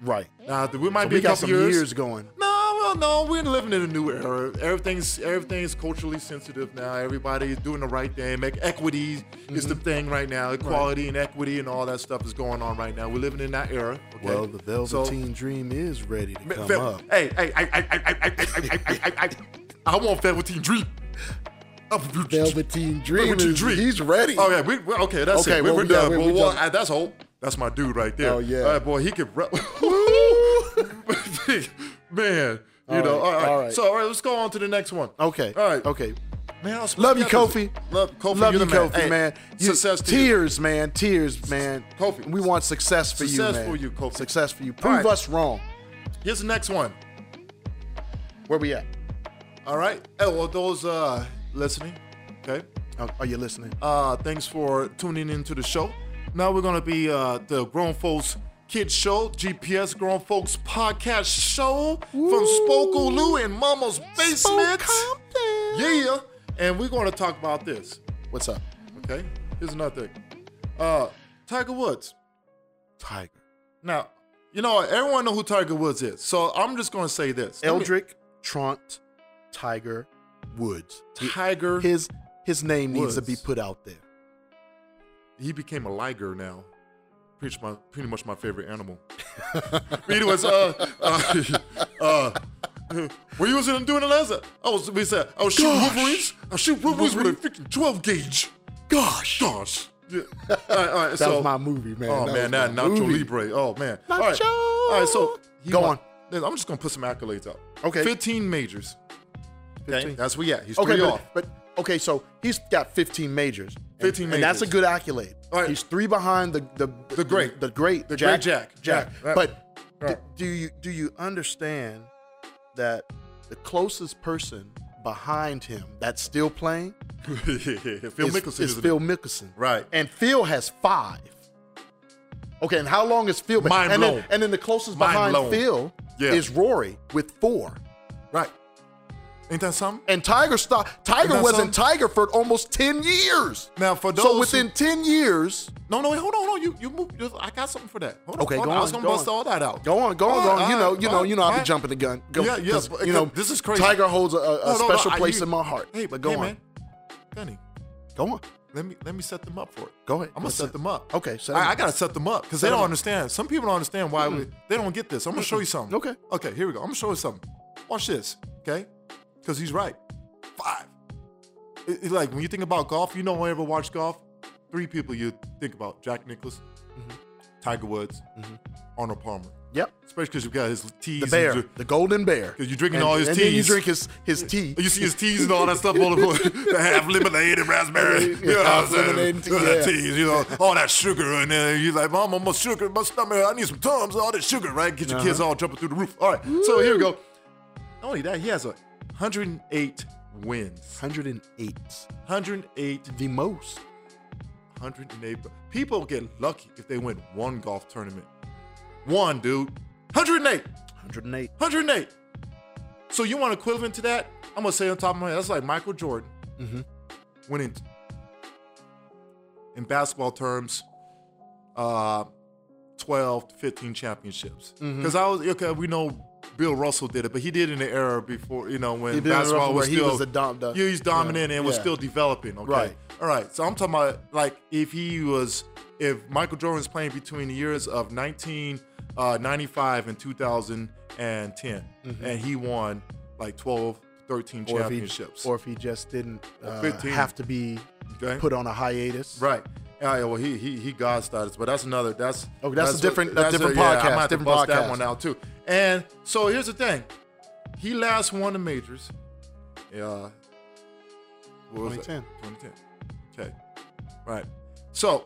Right.
Now th- we might
So
be
we
a
got
couple
some
years.
years. going.
No, well, no, we're living in a new era. Everything's everything's culturally sensitive now. Everybody's doing the right thing. Make equity is the thing right now. Equality and equity and all that stuff is going on right now. We're living in that era. Okay?
Well, the Velveteen Dream is ready to
So,
come
Vel-
up.
Hey, hey, I, I, I, I, I, I, I, I, I, I want Velveteen Dream.
Velveteen Dream,
Velveteen
is,
Dream.
he's ready.
Oh yeah, we, we okay. That's
Okay,
it. We,
well,
we're
we
done.
done, we-
Well,
we
well,
done.
I, that's all. That's my dude right there.
Oh, yeah.
All right, boy, he can. Re- Man, you know.
All right,
All right.
all right.
So all right, let's go on to the next one.
Okay.
All right.
Okay.
Man, I'll
Love you,
speak up.
Kofi.
Love Kofi. you're
Love you,
the man.
Kofi,
Hey,
man. You-
success to you.
tears, man. Tears, man.
Kofi.
We want success for you, man.
Success for you, Kofi.
Success for you.
All
Prove
right.
us wrong.
Here's the next one.
Where we at?
All right. Hey, well, those uh, listening, okay.
Are, are you listening?
Uh, thanks for tuning into the show. Now we're gonna be uh, the Grown Folks Kids Show, GPS Grown Folks Podcast Show from Spokaloo in Mama's basement. Yeah, and we're gonna talk about this.
What's up?
Okay, here's another thing. Uh, Tiger Woods.
Tiger.
Now, you know everyone know who Tiger Woods is, so I'm just gonna say this. Let me-
Eldrick Trant Tiger Woods. He-
Tiger.
His his name needs to
Woods.
be put out there.
he became a liger now. Pretty much, pretty much my favorite animal. But Anyways, uh, uh, uh, what you was doing the last? I was, we said, I was shooting
Gosh.
wolverines. I shoot wolverines with a freaking twelve gauge. Gosh, gosh. Yeah. All right, all right,
That
so,
was my movie, man.
Oh man,
That
that
was my
Nacho
movie.
Libre. Oh man. All
Nacho.
right, all right. So
Go
won.
on.
Then I'm just gonna put some accolades up.
Okay.
Fifteen majors. Okay.
15.
That's where he at. He's
Okay,
three
but,
off.
but okay, so he's got 15 majors. And-
15
and that's a
majors.
good accolade.
All right.
He's three behind the the
The great.
the, great,
The
Jack,
great Jack.
Jack.
Yeah, right.
But d-
Right.
do you do you understand that the closest person behind him that's still playing
Phil
is,
Mickelson
is
is
Phil Mickelson,
Right.
And Phil has five. Okay, and how long is Phil? been-
Mind
and
blown.
Then, and then the closest
Mind
behind
blown.
Phil
Yeah.
is Rory with four.
right. Ain't that something?
And Tiger stopped.
Isn't
Tiger
that
was
something?
in Tiger for almost ten years.
Now, for those
so
who-
within ten years,
No, no, wait, hold on, hold on. You, you move. you- I got something for that. Hold on.
Okay,
hold
go
I was
on,
gonna
go
bust
on.
all that out.
go on, go on,
All
go
right,
on. You know,
all
you know,
right,
you know. I'll
all
be
right.
jumping the gun. Go,
Yeah, yeah,
'cause,
but-
You know,
this is crazy.
Tiger holds a, a, a
No, no, no,
special
I-
place
you-
in my heart.
Hey,
but go
hey,
on,
man. Gunny,
go on.
let me let me set them up for it.
Go ahead.
I'm gonna
Let's
set
set-
them up.
okay, set them
I, I
up.
gotta set them up because they
Set
don't
'em up.
understand. Some people don't understand why we, they don't get this. I'm gonna show you something.
Okay.
Okay. Here we go. I'm gonna show you something. Watch this. Okay. Because he's right. Five. It- it like when you think about golf, you know, ever watch golf? Three people you think about: Jack Nicklaus,
Mm-hmm.
Tiger Woods, Arnold Palmer.
Yep.
Especially because you've got his tees.
The
and
bear,
ju-
the golden bear.
'Cause you're drinking all his
and then you
teas.
drink his his tea.
You see his teas and all that stuff all over the half lemonade and raspberry.
Yeah,
You know what I'm
half
saying?
lemonade tea,
All that
yeah.
teas, you know, all that sugar in there. You're like, Mom, my sugar, my stomach, I need some tums, all that sugar, right? Get your
Uh-huh.
kids all jumping through the roof. All right, so here we go. Not only that, he has a 108 wins.
108,
108,
the most.
108. People get lucky if they win one golf tournament. One, dude. 108.
108.
108. So you want equivalent to that? I'm gonna say on top of my head, that's like Michael Jordan
Mm-hmm.
winning in basketball terms, uh, 12, 15 championships.
Mm-hmm.
Because I was okay, we know Bill Russell did it, but he did in the era before you know
He
when
did in the
basketball
era
was
where he
still
was the dom- the-
he was dominant and was
yeah.
still developing. Okay,
Right.
all right. So I'm talking about like if he was if Michael Jordan was playing between the years of 1995 and 2010, and he won like 12, 13
Mm-hmm. Or if, he,
championships.
or if he just didn't uh,
15.
have to be
Okay.
put on a hiatus.
Right. Yeah, yeah, well, he he he God status, but that's another. That's
Oh, that's a different- that's different
yeah,
podcast,
I'm gonna have to
different
bust that
podcast.
one out too. And so here's the thing, he last won the majors. Yeah. What was that?
2010.
2010. Okay. Right. So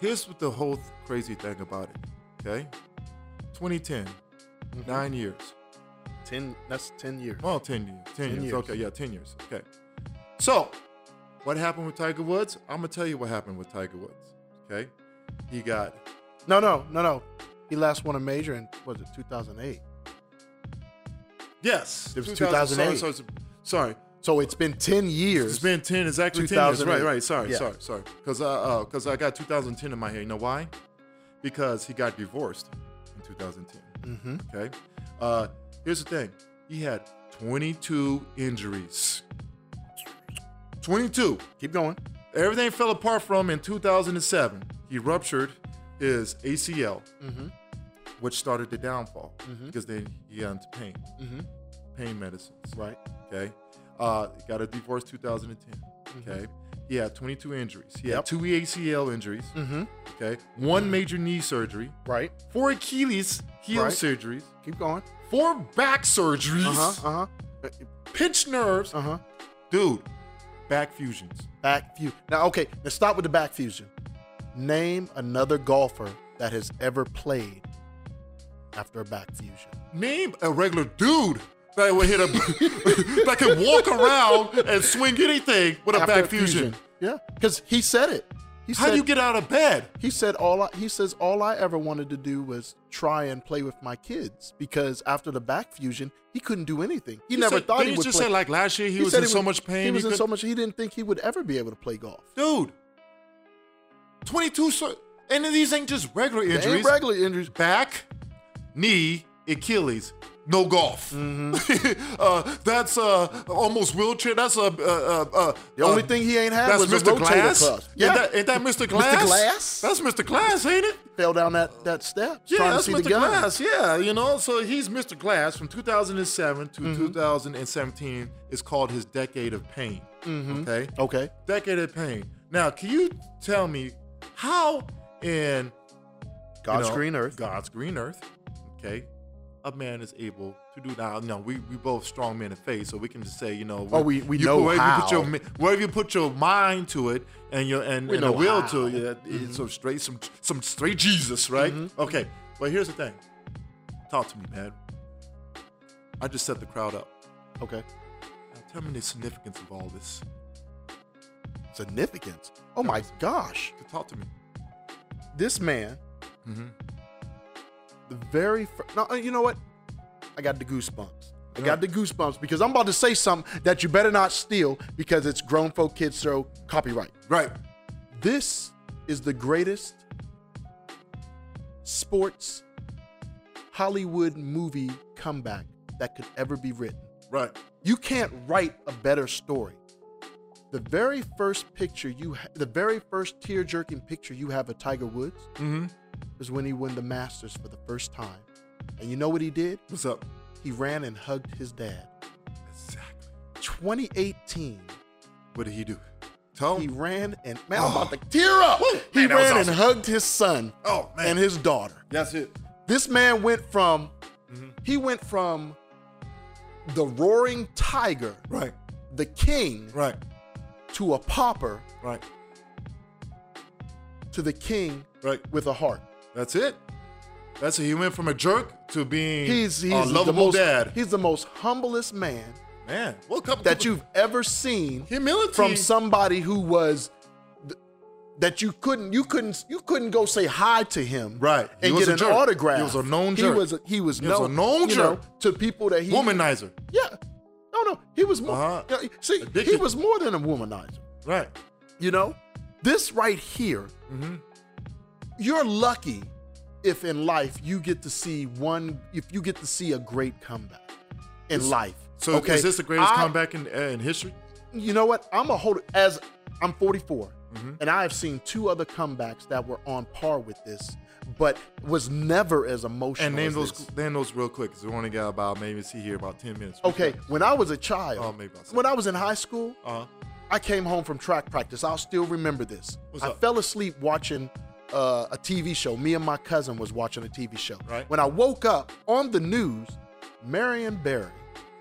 here's what the whole crazy thing about it. Okay. 2010, nine years.
Mm-hmm. Ten. That's ten years.
Well, 10 Oh, years. 10,
10
years.
years.
Okay, yeah, 10 years. Okay. So, what happened with Tiger Woods? I'm going to tell you what happened with Tiger Woods. Okay. He got,
No, no, no, no. He last won a major in was it 2008?
yes.
It was
2000
2008.
Sorry, sorry, sorry.
So it's been 10 years.
It's been 10, exactly 10 years. Right,
2008.
right. Sorry,
Yeah.
sorry, sorry. Because uh, uh 'cause I got 2010 in my head. You know why? Because he got divorced in 2010.
Mm-hmm.
Okay. Uh, here's the thing he had 22 injuries. 22.
Keep going.
Everything fell apart from him in 2007. He ruptured his ACL,
Mm-hmm.
which started the downfall because then he got into pain, pain medicines.
Right.
Okay. Uh, got a divorce 2010. Okay. He had 22 injuries. He had
Mm-hmm. Yep. Mm-hmm.
two ACL injuries. Okay. One major knee surgery.
Right.
Four Achilles heel
Right.
surgeries.
Keep going.
Four back surgeries.
Uh huh. Uh huh.
Pinched nerves.
Uh huh.
Dude, back fusions.
Back fusion. Now, okay. Let's stop with the back fusion. Name another golfer that has ever played after a back fusion.
Name a regular dude that would hit a that can walk around and swing anything with a
After
back fusion.
Yeah. Because he said it. He
How
said,
do you get out of bed?
He said all I, he says all I ever wanted to do was try and play with my kids because after the back fusion he couldn't do anything. He, never
said,
thought
didn't
he
you
would
just
play.
say like last year he, was
said
in so
would-
much pain.
He was in
couldn't-
so much. He didn't think he would ever be able to play golf.
dude. Twenty two. So and then these ain't just regular
They ain't
injuries.
regular injuries.
back, knee, Achilles. No golf.
Mm-hmm.
uh, that's uh, almost wheelchair. That's a uh, uh, uh,
The only
uh,
thing he ain't had
That's
was a
Mr.
rotator
Glass.
cuff.
Yeah,
Yeah.
that, ain't that Mr. Glass?
Glass?
That's Mr. Glass, ain't it?
Fell down that that step
Yeah,
trying to
that's
see
Mr.
the gun.
Glass. Yeah, you know, so he's Mr. Glass from 2007
Mm-hmm.
to 2017. It's called his decade of pain.
Mm-hmm.
Okay,
Okay.
decade of pain. Now, can you tell me how in
God's
you know,
green earth.
God's green earth. Okay. A man is able to do now. No, we we both strong men of faith, so we can just say, you know,
Oh, we- we
you
know
put, wherever You put
how.
your, mi- wherever you put your mind to it, and your and,
We
and the
know
will
how. Mm-hmm.
to it, yeah, it's some straight some some straight Jesus, right? Okay, but here's the thing. Talk to me, man. I just set the crowd up.
Okay.
Now tell me the significance of all this.
Significance. Oh my gosh.
Talk to me.
This man. uh, The very fir- no, you know what? I got the goosebumps. I got the goosebumps because I'm about to say something that you better not steal because it's grown folk kids throw copyright.
Right.
This is the greatest sports Hollywood movie comeback that could ever be written.
Right.
You can't write a better story. The very first picture you, ha- the very first tear-jerking picture you have of Tiger Woods
Mm-hmm.
is when he won the Masters for the first time. And you know what he did?
What's up?
He ran and hugged his dad.
Exactly.
2018,
What did he do? Tone.
he ran and man, I'm about to tear up.
Oh. Woo! Man,
He
that was
ran
awesome.
and hugged his son
oh man.
and his daughter.
That's it.
This man went from
Mm-hmm.
he went from the roaring tiger,
Right.
the king,
Right.
to a pauper,
Right.
to the king
Right.
with a heart.
That's it. That's it. He went from a jerk to being
He's he's
a
the
lovable
most
dad.
he's the most humblest man
man, what couple
that you've ever seen
humility
from somebody who was th- that you couldn't you couldn't you couldn't go say hi to him
Right. He
and
was
get
a
an
jerk.
autograph
He was a known
he
jerk.
was a, he was
He was
known,
a known
you know,
jerk.
to people that he
womanizer.
yeah no no he was more
Uh-huh.
yeah, see he
Addicted.
was more than a womanizer
Right.
you know this right here
Mm-hmm.
you're lucky if in life you get to see one if you get to see a great comeback in life
So is this the greatest
I-
comeback in, uh, in history?
you know what? I'm a hold as I'm 44,
Mm-hmm.
and I have seen two other comebacks that were on par with this, but was never as emotional.
And name
as
those
this.
name those real quick because we only got about maybe see here about ten minutes.
Okay, when I was a child,
Oh, maybe I'll say-
when I was in high school,
Uh huh.
I came home from track practice. I'll still remember this.
What's
I
up?
fell asleep watching uh, a TV show. Me and my cousin was watching a TV show.
Right.
When I woke up on the news, Marion Barry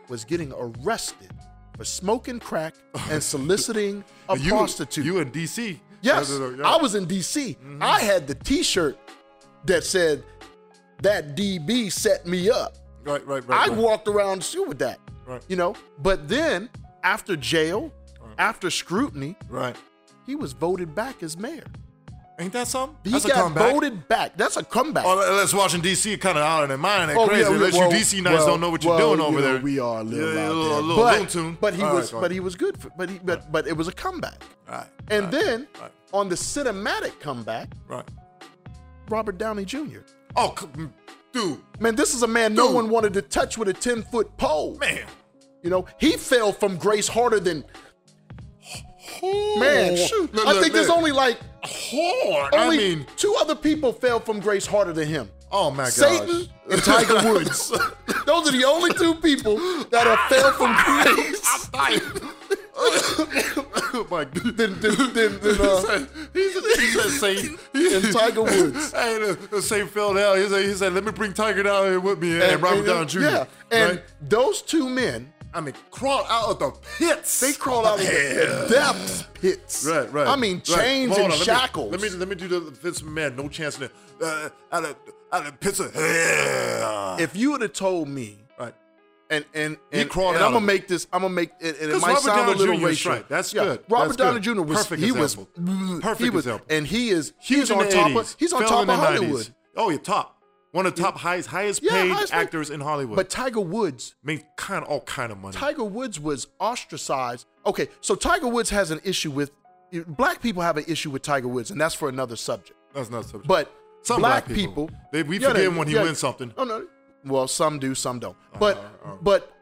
was getting arrested for smoking crack and soliciting a
you,
prostitute.
You in DC?
Yes,
No, Mm-hmm. no, no, yeah.
I was in DC. I had the T-shirt that said that DB set me up.
Right, right, right.
I
right.
walked around the street with that,
Right.
you know. But then after jail, after scrutiny,
Right.
he was voted back as mayor.
Ain't that something?
He
That's a
got
comeback.
voted back. That's a comeback.
Oh, unless watching DC kind of out of their mind and
Oh,
crazy.
yeah,
unless
well,
you DC nights
well,
don't know what you're
well,
doing over
you know,
there.
We are a little
yeah,
out
a little,
there.
a little
but,
Looney Tune.
but he
All
was,
right,
but he was good. For, but he, but, but it was a comeback.
Right.
And
right,
then
right,
on the cinematic comeback,
right.
Robert Downey Jr.
Oh, c- dude,
Man, this is a man no
Dude.
one wanted to touch with a 10 foot pole.
man.
You know, he fell from grace harder than,
Oh,
man, shoot.
look,
I
look,
think there's
look.
only like,
hard.
only
I mean,
two other people fell from grace harder than him
oh my gosh.
Satan and Tiger Woods. Those are the only two people that have fell from grace
oh my god.
than, than, than, than, uh,
He said, he said Satan.
than Tiger Woods.
Hey, the, the Satan fell down. He said, he said, let me bring Tiger down here with me and, Robert Downey Jr.
uh, Yeah. And
right?
those two men,
I mean, crawl out of the pits.
they crawled out of the depths pits.
Right, right.
I mean,
right.
chains
Hold
and
on, let me-
shackles.
Let me, let me do the Vince man. No chance in it. Uh, out of out of pits of hell.
if you would have told me
right.
and and
He
and,
crawled
and
out
I'm
of
gonna
it.
make this. I'm gonna make it. And it
'Cause
might
Robert
sound
Downey
a little
Jr. is
racial.
right. That's good.
Robert
That's
Downey
good.
Jr. was
Perfect
he was
example. Perfect
he was,
example.
and he is
Huge
he's
in
on
the
top
80s.
of he's on
Fell
top
in
of
the 90s.
Hollywood.
Oh, yeah, top. One of the top highest, highest
Yeah,
paid
highest paid-
actors in Hollywood.
But Tiger Woods,
made kind of all kind of money.
Tiger Woods was ostracized. Okay, so Tiger Woods has an issue with black people have an issue with Tiger Woods, and that's for another subject.
That's not subject.
But
Some
black,
black people.
people,
They- we
Yeah,
forget
they-
him when he wins something.
Oh no, well some do, some don't.
Uh-huh,
But but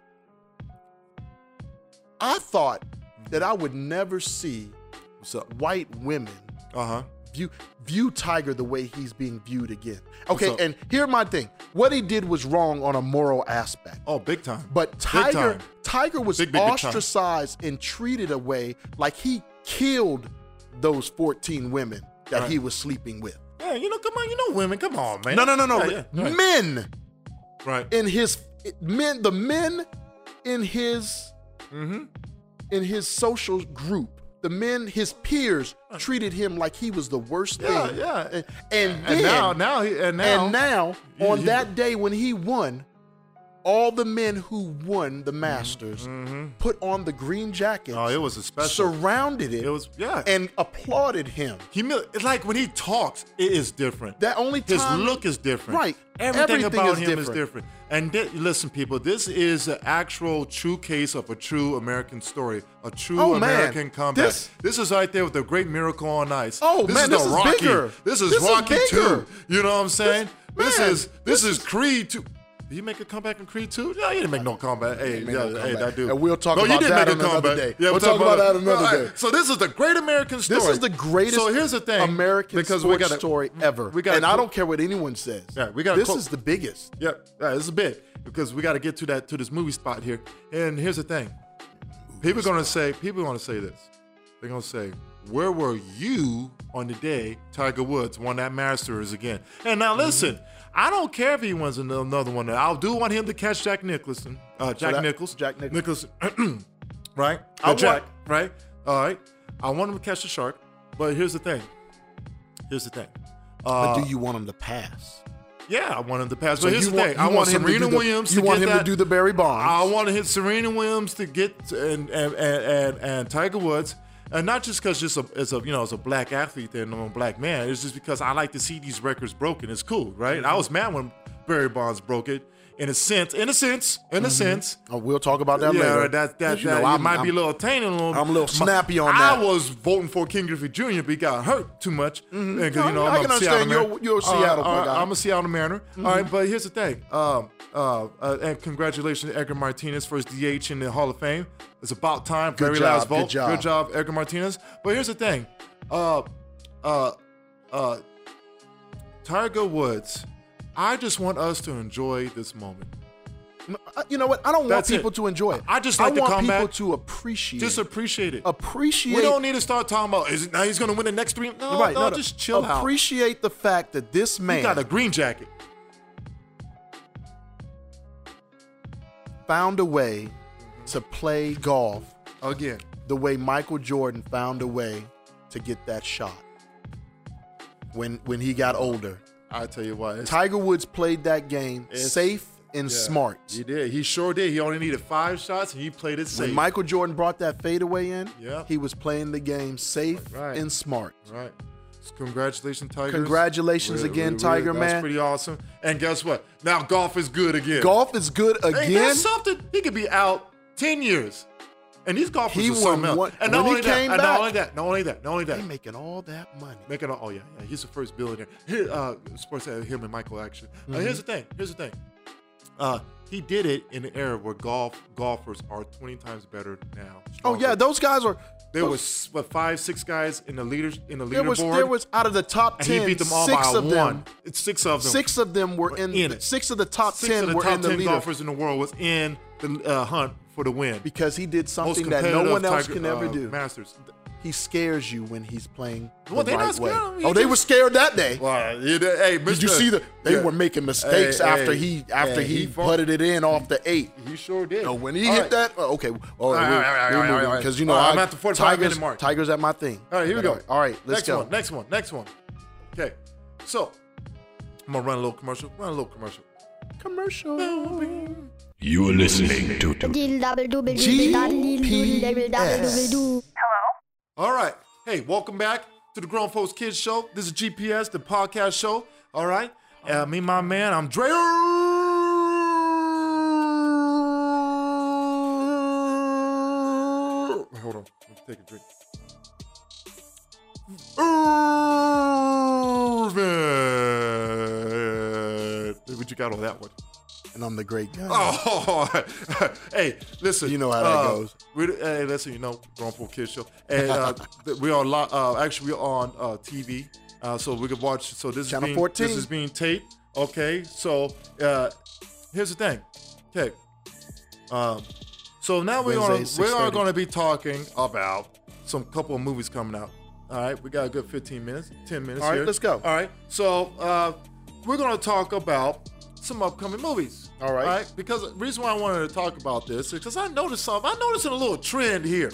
I thought that I would never see
what's up?
white women
Uh huh.
view view Tiger the way he's being viewed again. Okay,
up?
and here my thing: what he did was wrong on a moral aspect.
Oh, big time.
But
Big
Tiger,
time.
Tiger was
Big, big, big time.
ostracized and treated a way like he killed those 14 women that
Right.
he was sleeping with.
Yeah, you know, come on, you know, women, come on, man.
No, no, no, no.
Yeah, yeah, right.
Men
right.
in his men, the men in his
Mm-hmm.
in his social group, the men, his peers treated him like he was the worst
Yeah,
thing.
yeah.
And, and then
and now, now, he- and now,
And now,
You-
on
you-
that day when he won, all the men who won the Masters put on the green jackets,
Mm-hmm. Oh, it was a special.
surrounded it,
it was yeah.
and applauded him.
Humil- it's like when he talks, it is different.
That only
His
time-
look is different.
Right.
Everything,
Everything
about
is
him is
different.
different. And thi- listen, people, this is an actual true case of a true American story, a true
Oh, man.
American comeback.
This-
This, is right there with the Great Miracle on Ice.
Oh,
this
man,
is
this
the
is
Rocky.
bigger.
This is
This is
Rocky
bigger.
too. You know what I'm saying? This,
man,
is this, is, Creed two. Did he make a comeback in Creed two? No, he didn't make no comeback. Hey,
made
yeah,
no
hey,
comeback.
that dude.
And we'll talk
no,
about
you did make
that
a
on another
comeback.
day.
Yeah,
We'll talk about that another
All
day.
So this is the Great American story.
This is the greatest
So here's the thing,
American
because we
sports
gotta- mm,
story ever.
We got
and I don't care what anyone says.
Yeah, we gotta
This
quote-
is the biggest.
Yeah, yeah, it's a bit because we got to get to that to this movie spot here. And here's the thing: people gonna say people gonna say this. They're gonna say, "Where were you on the day Tiger Woods won that Masters again?" And now
Mm-hmm.
listen, I don't care if he wins an- another one. I do want him to catch Jack Nicholson, uh, Jack
that-
Nichols,
Jack Nicholson.
right?
I
The Jack,
want-
right? All right. I want him to catch the shark, but here's the thing. Here's the thing.
But do you want him to pass?
Yeah, I want him to pass.
So
but Uh, here's
you
the
want-
thing:
you
I
want
want
him to
Serena
do the-
Williams.
you
to
want
get
him to
that-
do the Barry Bonds.
I want to hit Serena Williams to get and and and and, and Tiger Woods. And not just because just a, as a you know as a black athlete and I'm a black man, it's just because I like to see these records broken. It's cool, right?
Mm-hmm.
I was mad when Barry Bonds broke it. In a sense, in a sense, in a sense,
Uh, we'll talk about that
yeah,
later.
right, that that,
'Cause you
that
know,
you
I'm-
might be a
I'm-
little tainted. A little,
I'm a little snappy on
I
that.
was voting for King Griffey Jr., but he got hurt too much. And 'cause,
Mm-hmm. No,
you know,
I
I'm
can
a Seattle
understand you're-
Mariner.
you're a Seattle Mm-hmm. boy, guy.
I'm a Seattle Mariner. All right, but here's the thing. Um, uh, uh, and congratulations, to Edgar Martinez, for his DH in the Hall of Fame. It's about time.
Good
Very
job,
last
good
vote.
job.
Good job, Edgar Martinez. But here's the thing. Uh, uh, uh, Tiger Woods. I just want us to enjoy this moment.
Uh, you know what? I don't want
That's it.
people to enjoy it.
I just like
I
to
want
come
people
back.
to appreciate.
Just appreciate it.
appreciate.
We don't need to start talking about is it, now he's gonna win the next three. No,
Right,
no,
no, no.
just chill out.
Appreciate the fact that this
He
man
got a green jacket.
found a way to play golf
Again.
the way Michael Jordan found a way to get that shot when when he got older.
I tell you what. it's-
Tiger Woods played that game
It's-
safe and
yeah,
smart.
He did. He sure did. He only needed five shots and he played it safe.
When Michael Jordan brought that fadeaway in,
Yeah.
he was playing the game safe
Right.
and smart.
right. So congratulations, Tiger.
Congratulations again, Tiger
That's
Man.
pretty awesome. And guess what? Now golf is good again.
Golf is good
Ain't
again.
that something? He could be out ten years. And these golfers
He
are something
won
else.
one-
and not
when he
only that,
came
and not
back-
only that, not only that, not only that.
They making all that money.
Making all, oh yeah, yeah, he's the first billionaire. Here, uh, sports uh, him and Michael action.
Mm-hmm.
Uh, here's the thing. Here's the thing. Uh, he did it in an era where golf golfers are 20 times better now.
Oh yeah,
stronger.
those guys are.
there
those-
was what five, six guys in the leaders in the
there was
leaderboard.
there was out of the top
and
ten,
he beat them all
six
by
of
one.
them,
It's six of them.
six of them were in,
in
the-
it.
six of the top
Six
ten
of the
were
top
in the
ten
leader
golfers in the world was in the uh, hunt for the win.
because he did
Most
something that no
competitive
one else
Tiger-
can ever
uh,
do.
Masters.
He scares you when he's playing
Well,
the
they not
right way.
scared. He
Oh, they
just-
were scared that day.
Well, it- hey,
Did you
Mr.
see the? They
Yeah.
were making mistakes
Hey,
after
hey,
he after
hey,
he,
fun-
putted it in off the eight.
He sure did.
No, when he
All
hit
right.
that, oh, okay. All
right, all right,
right,
all
we're
right, all
moving
right.
because you know
All right,
I-
I'm at the 45 minute
Tigers,
mark.
Tigers at my thing.
All right, here we
But
go.
All right, let's
next
go.
One, next one, next one. Okay, so I'm gonna run a little commercial. Run a little commercial.
Commercial.
You are listening to
GPS.
All right. Hey, welcome back to the Grown Folks Kids Show. This is GPS, the podcast show. All right. Uh, me, and my man, I'm Dre. Hold on. Let me take a drink. Irvin. What you got on that one?
And I'm the great guy.
Oh, hey, listen.
You know how that
uh,
goes.
We, hey, listen, you know, Grown Folk Kids Show. And uh, th- we are li- uh, actually, we're on uh, TV, uh, so we can watch. So this
Channel
is being,
14.
This is being taped. Okay, so uh, here's the thing. Okay, um, so now we're gonna,
Wednesday,
we are
6:30.
going to be talking about some couple of movies coming out. All right, we got a good 15 minutes, 10 minutes.
All right,
here.
let's go.
All right, so uh, we're going to talk about some upcoming movies.
All right.
because the reason why I wanted to talk about this is because I noticed something. I noticed a little trend here.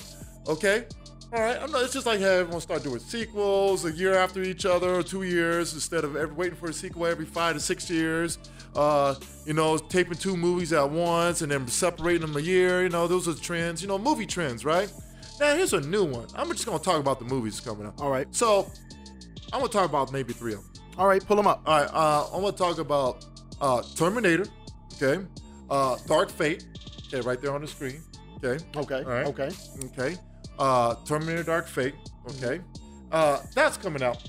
Okay. All right, I know it's just like how everyone start doing sequels a year after each other, or two years instead of every, waiting for a sequel every five to six years. Uh, you know, taping two movies at once and then separating them a year. You know, those are trends. You know, movie trends, right? Now here's a new one. I'm just gonna talk about the movies coming up.
All right.
So I'm gonna talk about maybe three of them.
All right, pull them up.
All right, uh, I want to talk about uh, Terminator. Okay. Uh, Dark Fate. Okay, right there on the screen. Okay.
Okay.
All right.
Okay.
Okay. Uh, Terminator Dark Fate. Okay. Uh, that's coming out.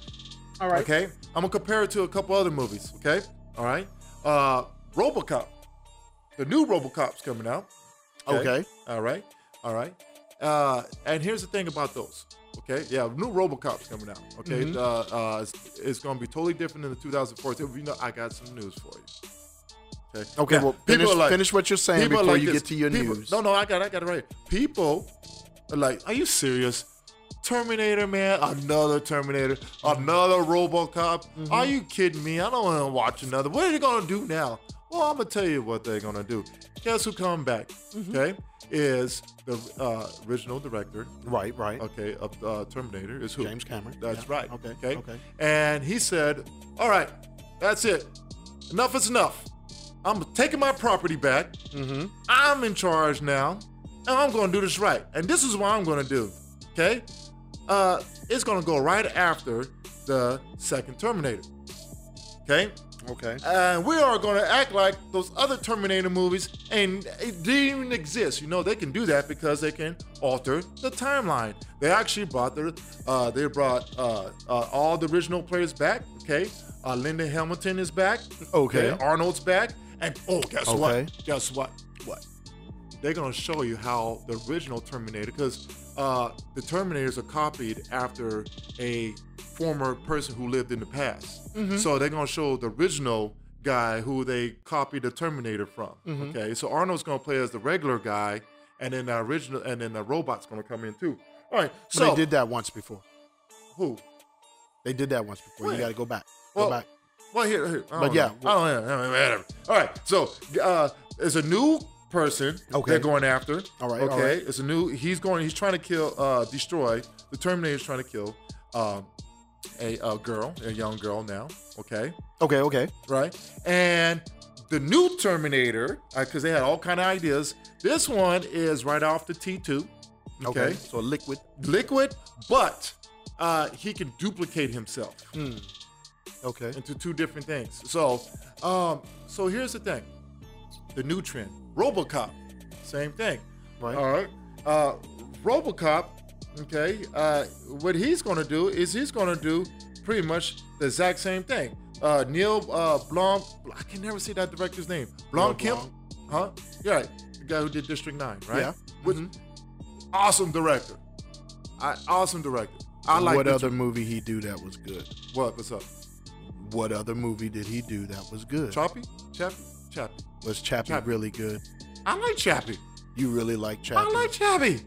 All right.
Okay. I'm gonna compare it to a couple other movies. Okay. All right. Uh, RoboCop. The new RoboCop's coming out.
Okay.
All right. All right. Uh, and here's the thing about those. Okay. Yeah. New RoboCop's coming out. Okay. Uh, uh, it's, it's gonna be totally different than the 2014. You know, I got some news for you. Okay.
Okay.
Now,
Well,
people
finish,
are like-
finish what you're saying
people are
before
like
you
this.
get to your
People-
news.
No, no, I got, it, I got it right. here. People are like, are you serious? Terminator, man, another Terminator, another RoboCop.
Mm-hmm.
Are you kidding me? I don't want to watch another. What are they gonna do now? Well, I'm gonna tell you what they're gonna do. Guess who come back?
Mm-hmm.
Okay, is the uh, original director,
Right. Right.
okay, of uh, Terminator is who?
James Cameron.
That's
Yeah.
right.
Okay.
Okay.
Okay.
And he said, "All right, that's it. Enough is enough. I'm taking my property back.
Mm-hmm.
I'm in charge now, and I'm going to do this right. And this is what I'm going to do. Okay. Uh, it's going to go right after the second Terminator. Okay.
Okay.
And we are going to act like those other Terminator movies and it didn't even exist. You know, they can do that because they can alter the timeline. They actually brought the, uh, they brought uh, uh, all the original players back. Okay, uh, Linda Hamilton is back.
Okay.
Arnold's back. And oh, guess
Okay.
what? Guess what? What? They're gonna show you how the original Terminator, because uh, the Terminators are copied after a former person who lived in the past.
Mm-hmm.
So they're gonna show the original guy who they copied the Terminator from.
Mm-hmm.
Okay, so Arnold's gonna play as the regular guy, and then the original, and then the robot's gonna come in too. All right,
So
so
they did that once before.
who?
They did that once before.
When?
You got to go back.
Well,
go back.
Well, here, here. I
But
don't
yeah,
know. I don't know. Whatever. All right. So, uh, it's a new person
Okay.
they're going after.
All right, all
Okay.
right.
It's a new. He's going. He's trying to kill, uh, destroy. The Terminator's trying to kill, um, a, a girl, a young girl now. Okay.
Okay. Okay.
Right. And the new Terminator, because they had all kind of ideas. This one is right off the T two. okay.
Okay. So liquid.
Liquid, but uh, he can duplicate himself
Okay.
into two different things. So, um, so here's the thing: the new trend, RoboCop, same thing.
Right.
All right. Uh, RoboCop. Okay. Uh, what he's gonna do is he's gonna do pretty much the exact same thing. Uh, Neil uh, Blom. I can never say that director's name. Blomkamp. Huh? Yeah. Right. The guy who did District Nine, right?
Yeah. Mm-hmm.
Which, Awesome director. I, awesome director. I like
what
this-
other movie he do that was good?
What? What's up?
What other movie did he do that was good?
Choppy? Chappy? Chappy.
was Chappie,
Chappie.
really good?
I like Chappy.
You really like Chappie?
I like Chappie.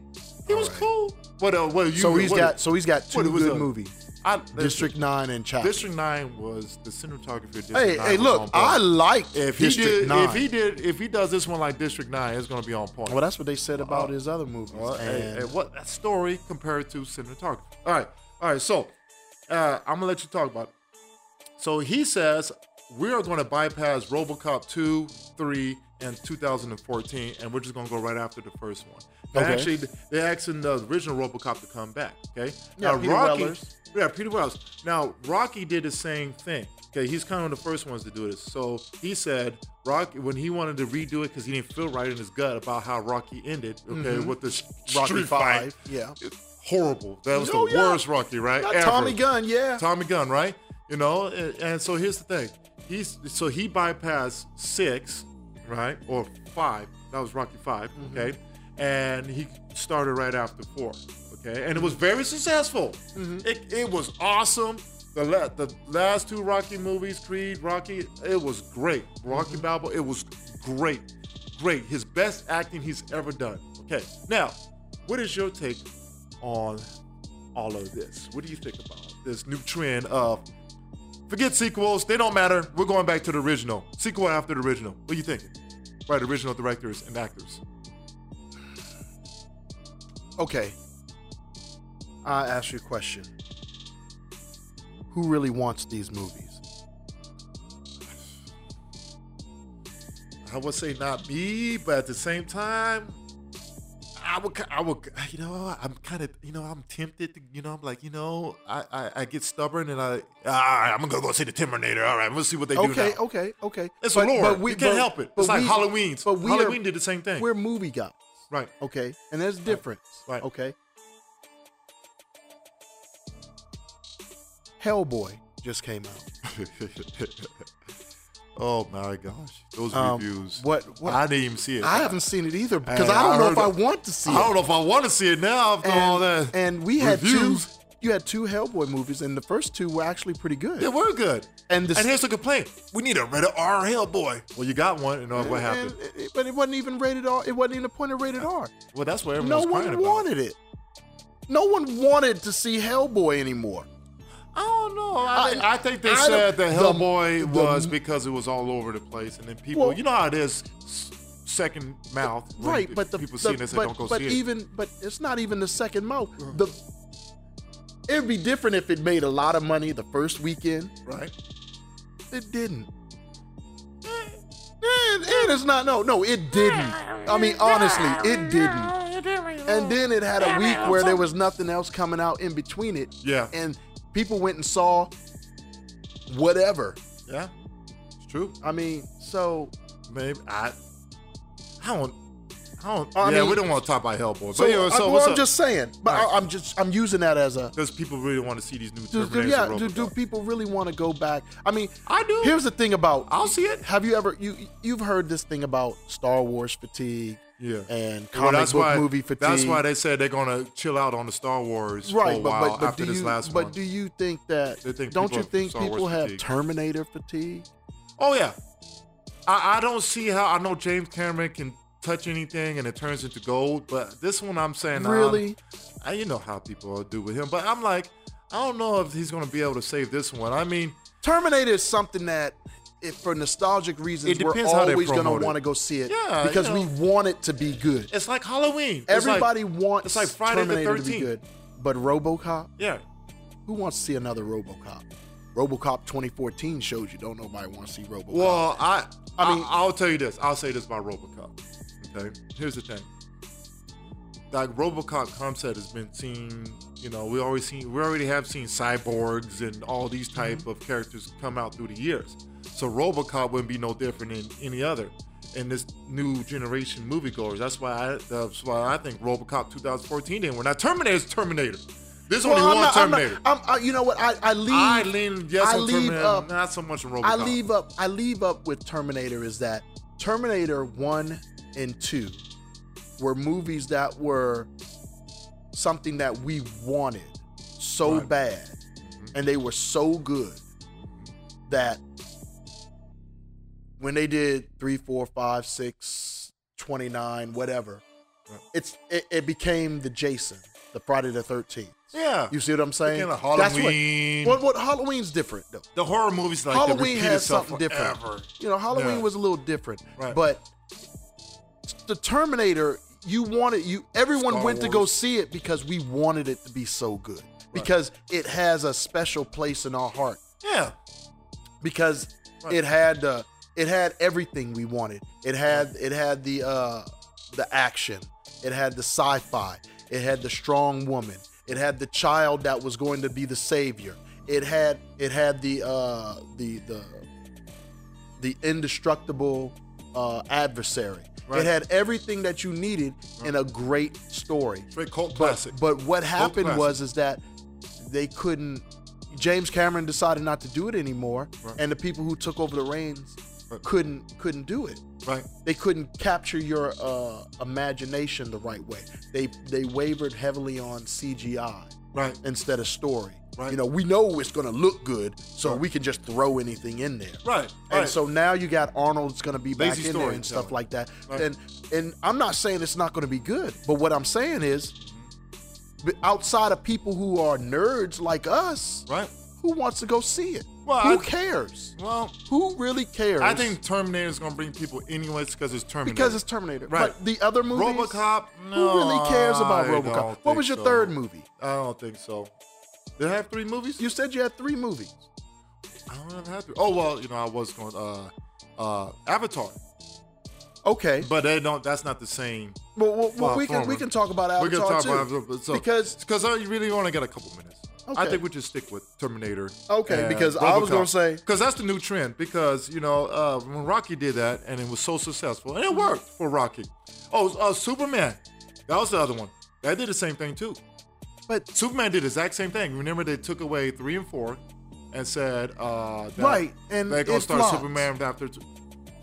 He was
Alright.
cool. What? Uh, what? You,
so he's
what-
got so he's got two
what was
good
the-
movies:
I,
District Nine and Chappie.
District Nine was the cinematographer. of District
hey,
Nine
hey,
was on
look,
point.
I like
if he
District
did,
Nine.
if he did, if he does this one like District Nine, it's gonna be on point.
well, that's what they said about his other movies.
Well, Uh, hey,
and
hey, what that story compared to cinematography? All right, all right. So uh, I'm gonna let you talk about. It. So he says we are going to bypass RoboCop two, three, and 2014, and we're just gonna go right after the first one. They
Okay.
Actually, they asking the original RoboCop to come back. Okay.
Yeah,
Now,
Peter
Rocky-
Wellers.
Yeah, Peter Wells. Now Rocky did the same thing. Okay, he's kind of the first ones to do this. So he said Rocky when he wanted to redo it because he didn't feel right in his gut about how Rocky ended. Okay, with the
Rocky
Rocky
Five,
fight.
Mm-hmm. yeah.
Horrible. That was
Oh,
the
yeah.
worst Rocky, right?
Not
Ever.
Tommy Gunn, yeah.
Tommy Gunn, right? You know, and, and so here's the thing. He's so he bypassed six, right, or five. That was Rocky 5 okay, and he started right after four, okay, and it was very successful. It, it was awesome. The la- the last two Rocky movies, Creed, Rocky, it was great. Rocky Balboa, it was great, great. His best acting he's ever done. Okay, now, what is your take on all of this. What do you think about this new trend of forget sequels? They don't matter. We're going back to the original. Sequel after the original. What do you think? Right, original directors and actors.
Okay, I ask you a question: Who really wants these movies?
I would say not me, but at the same time, I I would, ki- I would, you know, I'm kind of, you know, I'm tempted to, you know, I'm like, you know, I, I, I get stubborn and I, all right, I'm gonna go see the Terminator. All right, let's see what they do now.
Okay, okay, okay.
It's a lore. You can't help it. It's like Halloween's. Halloween did the same thing.
We're movie guys,
Right.
okay? And there's a difference,
Right.
Okay. Hellboy just came out.
oh my gosh, those
Um,
reviews.
what- what-
I didn't even see it.
I haven't seen it either because
Hey,
I don't
I
know if
heard
I
it.
want to see
I
it.
don't know if I want to see it now after all that.
and we had
reviews.
two. You had two Hellboy movies, and the first two were actually pretty good.
They were good.
And the-
and here's the complaint: we need a rated R Hellboy. Well, you got one, and uh, what happened?
And it- it- but it wasn't even rated R. It wasn't even a point of rated R.
well, that's what
No
everyone's crying
one
about.
wanted it. No one wanted to see Hellboy anymore.
I don't know. I,
Oh, I-
think, I think they
I
said that
don't- the-
Hellboy
the-
was because it was all over the place, and then people,
Well-
you know how it is, s- second mouth. when
right, but the
people
the-
seeing this,
but,
they don't go
but
see it.
even but it's not even the second mouth. The it'd be different if it made a lot of money the first weekend.
Right.
It didn't. And, and it's not no no it didn't. I mean honestly, it didn't. And then it had a week where there was nothing else coming out in between it.
Yeah.
And people went and saw whatever.
Yeah, it's true.
I mean, so
Maybe I. I don't. I don't.
I
yeah,
mean-
we don't want to talk about Hellboy.
so,
but anyway,
I,
so
well,
what's
I'm
up?
just saying. But
Right.
I, I'm just I'm using that as a
Because people really want to see these new
do,
Terminators.
do,
and
yeah, do, do
Robocop.
people really want to go back? I mean,
I do.
here's the thing about
I'll see it.
have you ever you you've heard this thing about Star Wars fatigue
Yeah.
and
Well,
comic book movie fatigue?
That's why they said they're gonna chill out on the Star Wars for
right,
a
but,
while
but, but
after
do
this
you
last
but
one.
do you think that
They think
don't
people
you
have
think
Star Wars
people have
fatigue.
Terminator fatigue?
oh yeah, I, I don't see how. I know James Cameron can touch anything and it turns into gold, but this one I'm saying nah, I'm-
Really?
I, you know how people do with him, but I'm like, I don't know if he's gonna be able to save this one. I mean,
Terminator is something that, if for nostalgic reasons,
It
we're
depends how they
always going
promote
to
it.
want to go see it
Yeah, you
because
know.
we want it to be good.
it's like Halloween. It's like-
Everybody wants
it's like Friday the
Terminator to be
13th.
good, but RoboCop.
yeah.
Who wants to see another RoboCop? RoboCop 2014 shows you don't nobody want to see RoboCop.
Well, I,
I
I
mean-
mean, I, will tell you this. I'll say this about RoboCop. Okay, here's the thing. Like RoboCop concept has been seen. You know, we always seen. We already have seen cyborgs and all these
Mm-hmm.
type of characters come out through the years. So RoboCop wouldn't be no different than any other. in this new generation moviegoers. That's why I. That's why I think RoboCop 2014 didn't. When I Terminator's Terminator. There's
Well,
only one
I'm not,
Terminator.
I'm not, I'm, I, you know what? I, I leave.
I lean yes
I
on
leave
Terminator,
up-
not so much on RoboCop.
I leave up I leave up with Terminator is that Terminator 1 and 2 were movies that were something that we wanted so
Right. Mm-hmm.
bad and they were so good that when they did 3 4 5 6 29 whatever
Right.
it's it, it became the Jason the Friday the 13th
Yeah.
you see what I'm saying
Became a Halloween.
what, what what Halloween's different though
The horror movies like they
Halloween
repeat
has
itself
something different.
forever.
You know, Halloween
Yeah.
was a little different,
Right.
but the Terminator, you wanted you everyone
Star
went to go
Wars.
see it because we wanted it to be so good because it has a special place in our heart
Yeah,
because
Right.
it had the it had everything we wanted. It had it had the uh the action. It had the sci-fi. It had the strong woman. It had the child that was going to be the savior. It had it had the uh the the the indestructible uh adversary.
Right.
It had everything that you needed in a great story.
great cult classic.
But what happened
classic.
was is that they couldn't. James Cameron decided not to do it anymore,
Right.
and the people who took over the reins
Right.
couldn't couldn't do it.
right,
They couldn't capture your uh, imagination the right way. They they wavered heavily on CGI
right,
instead of story.
Right.
You know, we know it's going to look good, so
Right.
we can just throw anything in there.
right,
And
right.
so now you got Arnold's going to be back
Lazy
in there
story,
and stuff
so.
like that.
Right.
And and I'm not saying it's not going to be good, but what I'm saying is, b- outside of people who are nerds like us,
right.
who wants to go see it?
Well,
who
I-
cares?
Well,
Who really cares?
I think Terminator is gonna bring people anyways because it's Terminator.
because it's Terminator.
Right.
But the other movies,
RoboCop. No,
who really cares about
I
RoboCop?
don't
What was your
think so.
third movie?
I don't think so. Did I have three movies?
You said you had three movies.
I don't have three. Oh well, you know I was going. Uh, uh, Avatar.
Okay,
But they don't. That's not the same.
but, well, well,
Far
we can
forward.
we can talk about
We're
Avatar
gonna talk
too,
about Avatar, so,
because
because I really only got a couple minutes. I
Okay.
think we should stick with Terminator.
Okay, because I was gonna say-
because that's the new trend. Because you know uh, when Rocky did that and it was so successful and it worked for Rocky. Oh, uh, Superman, that was the other one. That did the same thing too.
but
Superman did the exact same thing. Remember they took away three and four, and said uh, that
Right, and
they gonna
it
start
flopped.
Superman after. Two.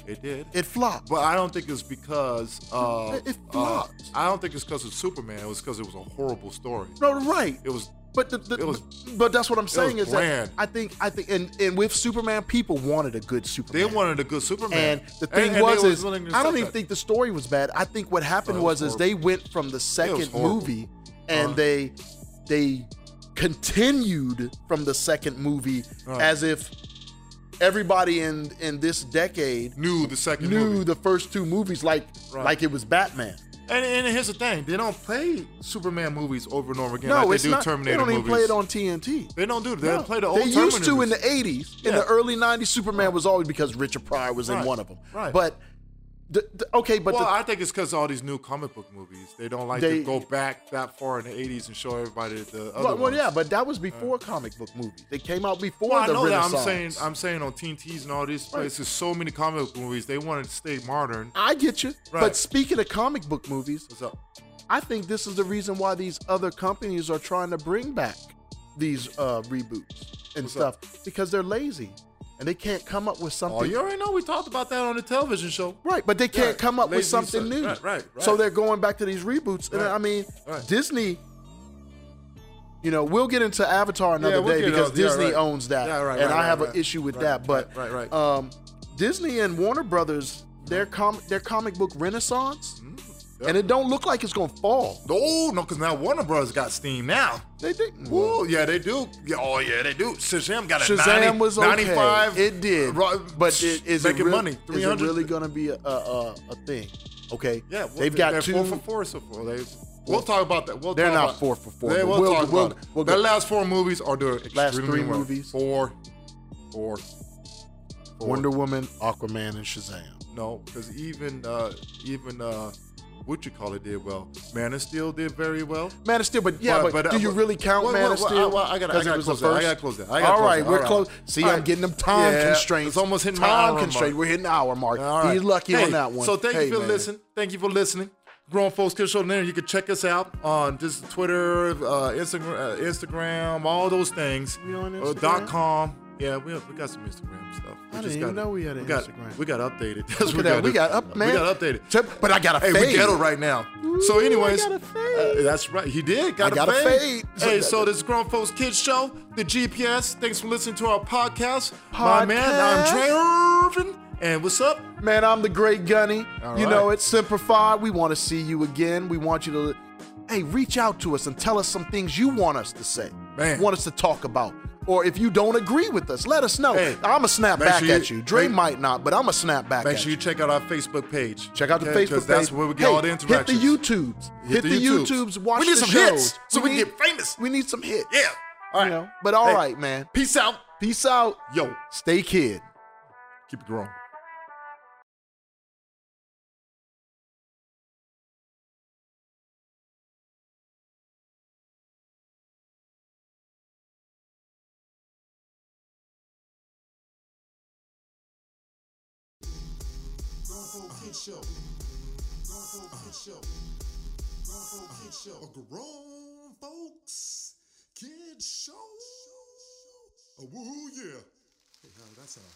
It did.
it flopped.
But I don't think it's because uh,
It- it
uh,
flopped.
I don't think it's because of Superman. It was because it was a horrible story.
no, right.
It was
But the, the,
It was-
but that's what I'm saying
was
is that
bland.
I think I think and, and with Superman, people wanted a good
they
Superman.
wanted a good Superman.
and the thing
and they
was,
was
is
willing to
I don't
accept
even
that.
think the story was bad. I think what happened
it
was,
was
is they went from the second
horrible.
movie and
Uh-huh.
they they continued from the second movie
Uh-huh.
as if everybody in in this decade
knew the second
knew
movie.
the first two movies like
Right.
like it was Batman.
and, and here's the thing: they don't play Superman movies over and over again
no,
like they
it's
do
not.
Terminator
they don't even
movies.
play it on TNT.
They don't do it. They
No,
play the old.
they used to
Terminator
in the
movies.
80s. In
Yeah.
the early 90s, Superman was always because Richard Pryor was in
Right,
one of them.
right.
But the, the- okay, but
well,
the,
I think it's because all these new comic book movies. They don't like
They-
to go back that far in the '80s and show everybody the other.
well, well,
ones.
yeah, but that was before comic book movies. They came out before
Well, I
the
know that.
Renaissance.
I'm saying, I'm saying on Teen T's and all these places, so many comic book movies. They wanted to stay modern.
I get you. But
Right.
speaking of comic book movies,
What's up?
I think this is the reason why these other companies are trying to bring back these uh, reboots and
What's
stuff
up?
because they're lazy and they can't come up with something.
Oh, you already know we talked about that on the television show.
Right, but they can't
Right.
come up with
Lazy
something
son.
new.
Right, right, right.
So they're going back to these reboots, and
Right.
I mean,
Right.
Disney. You know, we'll get into Avatar another
Yeah, we'll
day
get
because
on- yeah,
Disney
right.
owns that,
Yeah, right,
and
right,
I
right,
have
right.
an issue with
Right,
that. But
right, right, Mm. right.
Um, Disney and Warner Brothers, their com their comic book renaissance,
Mm,
and it don't look like it's gonna fall.
No, no, because now Warner Brothers got Steam now.
They think
Ooh, yeah, they do. Yeah, oh, yeah, they do. Shazam got a
Shazam
90,
was okay.
95.
It did,
Ro-
but it, is
making
it real-
money.
Is
300.
it really gonna be a a, a, a thing? Okay.
Yeah, well,
they've got
they're
two.
four for four so far. They, we'll talk about that. We'll
They're
talk
not
about,
four for four,
They,
but
we'll,
we'll-
talk
we'll-
about it.
we'll
Their
go-
last four movies are doing extremely
Last three
well.
movies.
Four, four, four.
Wonder Woman, Aquaman, and Shazam.
No, because even uh, even uh, what you call it did well. Man of Steel did very well.
Man of Steel, but yeah, but,
but, uh,
do you
but-
really count
well,
Man
well,
of
well,
Steel?
I- well, I gotta-
'Cause
I gotta
it was the
close that. I
first?
gotta close that. I gotta
All
close
right,
that.
we're
All right.
close. See,
All
I'm
right.
getting them time
Yeah,
constraints.
it's almost hitting my
time
hour
constraint.
mark.
We're hitting the hour mark.
All right.
He's lucky
Hey,
on that one.
So thank
Hey,
you for
man.
listening. Thank you for listening. Grown Folks Kids Show Dinner. You can check us out on just Twitter, uh, Instagram, uh, Instagram, all those things.
We on
Uh,
Instagram?
dot com. Yeah, we, we got some Instagram stuff. We
I didn't even know we had an
got,
Instagram.
We got updated. That's
Look
what
at that. We got up,
we
man.
got updated.
Tip- But I got a
Hey,
fade.
we ghetto right now. so,
Ooh, I
anyways,
got a fade.
uh, that's right. He did. Got,
I got a
a, fade.
fade.
Hey, so this is Grown Folks Kids Show, the GPS. Thanks for listening to our podcast. My man, I'm Dre Irvin. And what's up?
Man, I'm the great Gunny.
All
you know,
right.
it's Simplify. We want to see you again. We want you to, hey, reach out to us and tell us some things you want us to say,
Man.
want us to talk about. Or if you don't agree with us, let us know.
Hey,
I'm going to snap
make
back
sure you-
at you. Dre
make-
might not, but I'm going to snap back
Make
at
sure you
you.
check out our Facebook page.
Check out the
Okay, 'cause
Facebook page.
That's where we get
Hey,
all the interactions.
Hit the YouTubes. Hit, the, YouTubes. Watch
We need
the
some
shows.
hits so we can get famous.
We need some hits.
Yeah. All right.
You know? But all right,
Hey,
man.
Peace out.
Peace out.
Yo,
Stay kid.
keep it growing.
grown folks kid show. Oh, woo, yeah. Hey, how that sound?